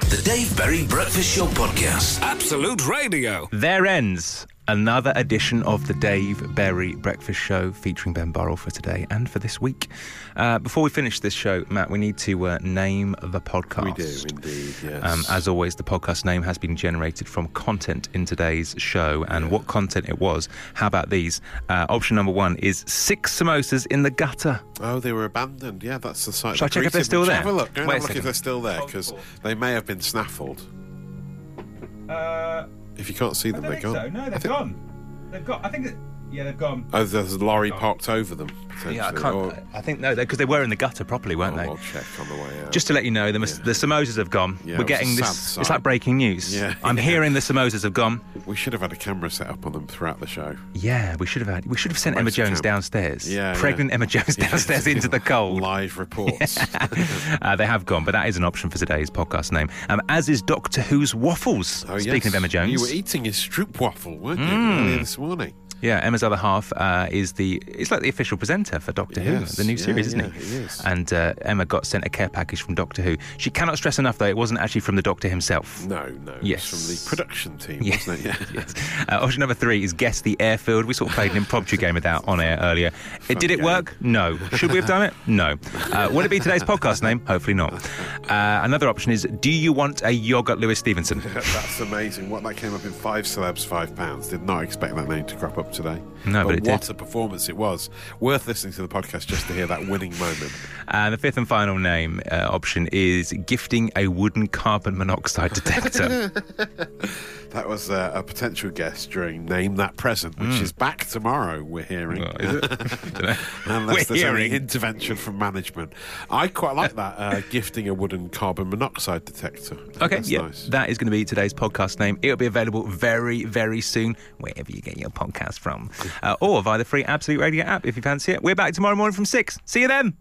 [SPEAKER 1] The Dave Berry Breakfast Show Podcast.
[SPEAKER 2] Absolute Radio.
[SPEAKER 3] There ends another edition of the Dave Berry Breakfast Show featuring Ben Burrell for today and for this week. Uh, before we finish this show, Matt, we need to uh, name the podcast.
[SPEAKER 4] We do, indeed, yes.
[SPEAKER 3] Um, as always, the podcast name has been generated from content in today's show and what content it was. How about these? Uh, option number one is Six Samosas in the Gutter.
[SPEAKER 4] Oh, they were abandoned. Yeah, that's the site.
[SPEAKER 3] Shall I
[SPEAKER 4] that
[SPEAKER 3] check if they're
[SPEAKER 4] greeted
[SPEAKER 3] still
[SPEAKER 4] them.
[SPEAKER 3] there?
[SPEAKER 4] Have a look. Go and
[SPEAKER 3] Wait a
[SPEAKER 4] have a look
[SPEAKER 3] second.
[SPEAKER 4] if they're still there because they may have been snaffled.
[SPEAKER 3] Uh,
[SPEAKER 4] If you can't see them, they're gone.
[SPEAKER 3] they've gone. They've got. I think. That, yeah, they've gone.
[SPEAKER 4] Oh, there's a lorry parked over them. Potentially.
[SPEAKER 3] Yeah, I can't.
[SPEAKER 4] Or,
[SPEAKER 3] I think no, because they were in the gutter properly, weren't they?
[SPEAKER 4] I'll check on the way out.
[SPEAKER 3] Just to let you know, the, mas- the samosas have gone. We're
[SPEAKER 4] Yeah, it was
[SPEAKER 3] getting
[SPEAKER 4] a
[SPEAKER 3] this.
[SPEAKER 4] sad
[SPEAKER 3] It's
[SPEAKER 4] sight.
[SPEAKER 3] like breaking news.
[SPEAKER 4] Yeah.
[SPEAKER 3] I'm hearing the samosas have gone.
[SPEAKER 4] we should have had a camera set up on them throughout the show.
[SPEAKER 3] Yeah, we should have had. We should have sent
[SPEAKER 4] Waste
[SPEAKER 3] Emma
[SPEAKER 4] of
[SPEAKER 3] Jones
[SPEAKER 4] time.
[SPEAKER 3] downstairs.
[SPEAKER 4] Yeah,
[SPEAKER 3] pregnant
[SPEAKER 4] yeah.
[SPEAKER 3] Emma Jones
[SPEAKER 4] Yeah.
[SPEAKER 3] downstairs into the cold.
[SPEAKER 4] Live reports.
[SPEAKER 3] uh, they have gone, but that is an option for today's podcast name. Um, as is Doctor Who's waffles.
[SPEAKER 4] Oh,
[SPEAKER 3] Speaking
[SPEAKER 4] yes.
[SPEAKER 3] of Emma Jones,
[SPEAKER 4] you were eating a stroop waffle, weren't
[SPEAKER 3] Mm.
[SPEAKER 4] you, earlier this morning?
[SPEAKER 3] Yeah, Emma's other half uh, is the it's like the official presenter for Doctor
[SPEAKER 4] Yes,
[SPEAKER 3] Who, the new
[SPEAKER 4] yeah,
[SPEAKER 3] series, isn't
[SPEAKER 4] yeah,
[SPEAKER 3] it?
[SPEAKER 4] it is.
[SPEAKER 3] And uh, Emma got sent a care package from Doctor Who. She cannot stress enough though it wasn't actually from the Doctor himself.
[SPEAKER 4] No, no. it was
[SPEAKER 3] Yes.
[SPEAKER 4] From the production team,
[SPEAKER 3] Yeah.
[SPEAKER 4] wasn't it? Yeah.
[SPEAKER 3] Yes. Uh, option number three is guess the airfield. We sort of played an impromptu game of that on air earlier. Uh, Did it
[SPEAKER 4] game.
[SPEAKER 3] work? No. Should we have done it? No. Uh, will it be today's podcast name? Hopefully not. Uh, another option is do you want a yogurt, Lewis Stevenson?
[SPEAKER 4] That's amazing. What that came up in five celebs, five pounds. Did not expect that name to crop up today.
[SPEAKER 3] No, but it did.
[SPEAKER 4] what a performance it was. Worth listening to the podcast just to hear that winning moment.
[SPEAKER 3] And the fifth and final name uh, option is gifting a wooden carbon monoxide detector.
[SPEAKER 4] That was uh, a potential guest during Name That Present, which is back tomorrow, we're hearing.
[SPEAKER 3] Hmm. Oh, is it?
[SPEAKER 4] Unless
[SPEAKER 3] We're
[SPEAKER 4] there's any
[SPEAKER 3] hearing.
[SPEAKER 4] intervention from management. I quite like that, uh, gifting a wooden carbon monoxide detector. I think
[SPEAKER 3] Okay,
[SPEAKER 4] that's
[SPEAKER 3] yeah,
[SPEAKER 4] nice.
[SPEAKER 3] that is going to be today's podcast name. It'll be available very, very soon, wherever you get your podcast from, uh, or via the free Absolute Radio app if you fancy it. We're back tomorrow morning from six. See you then.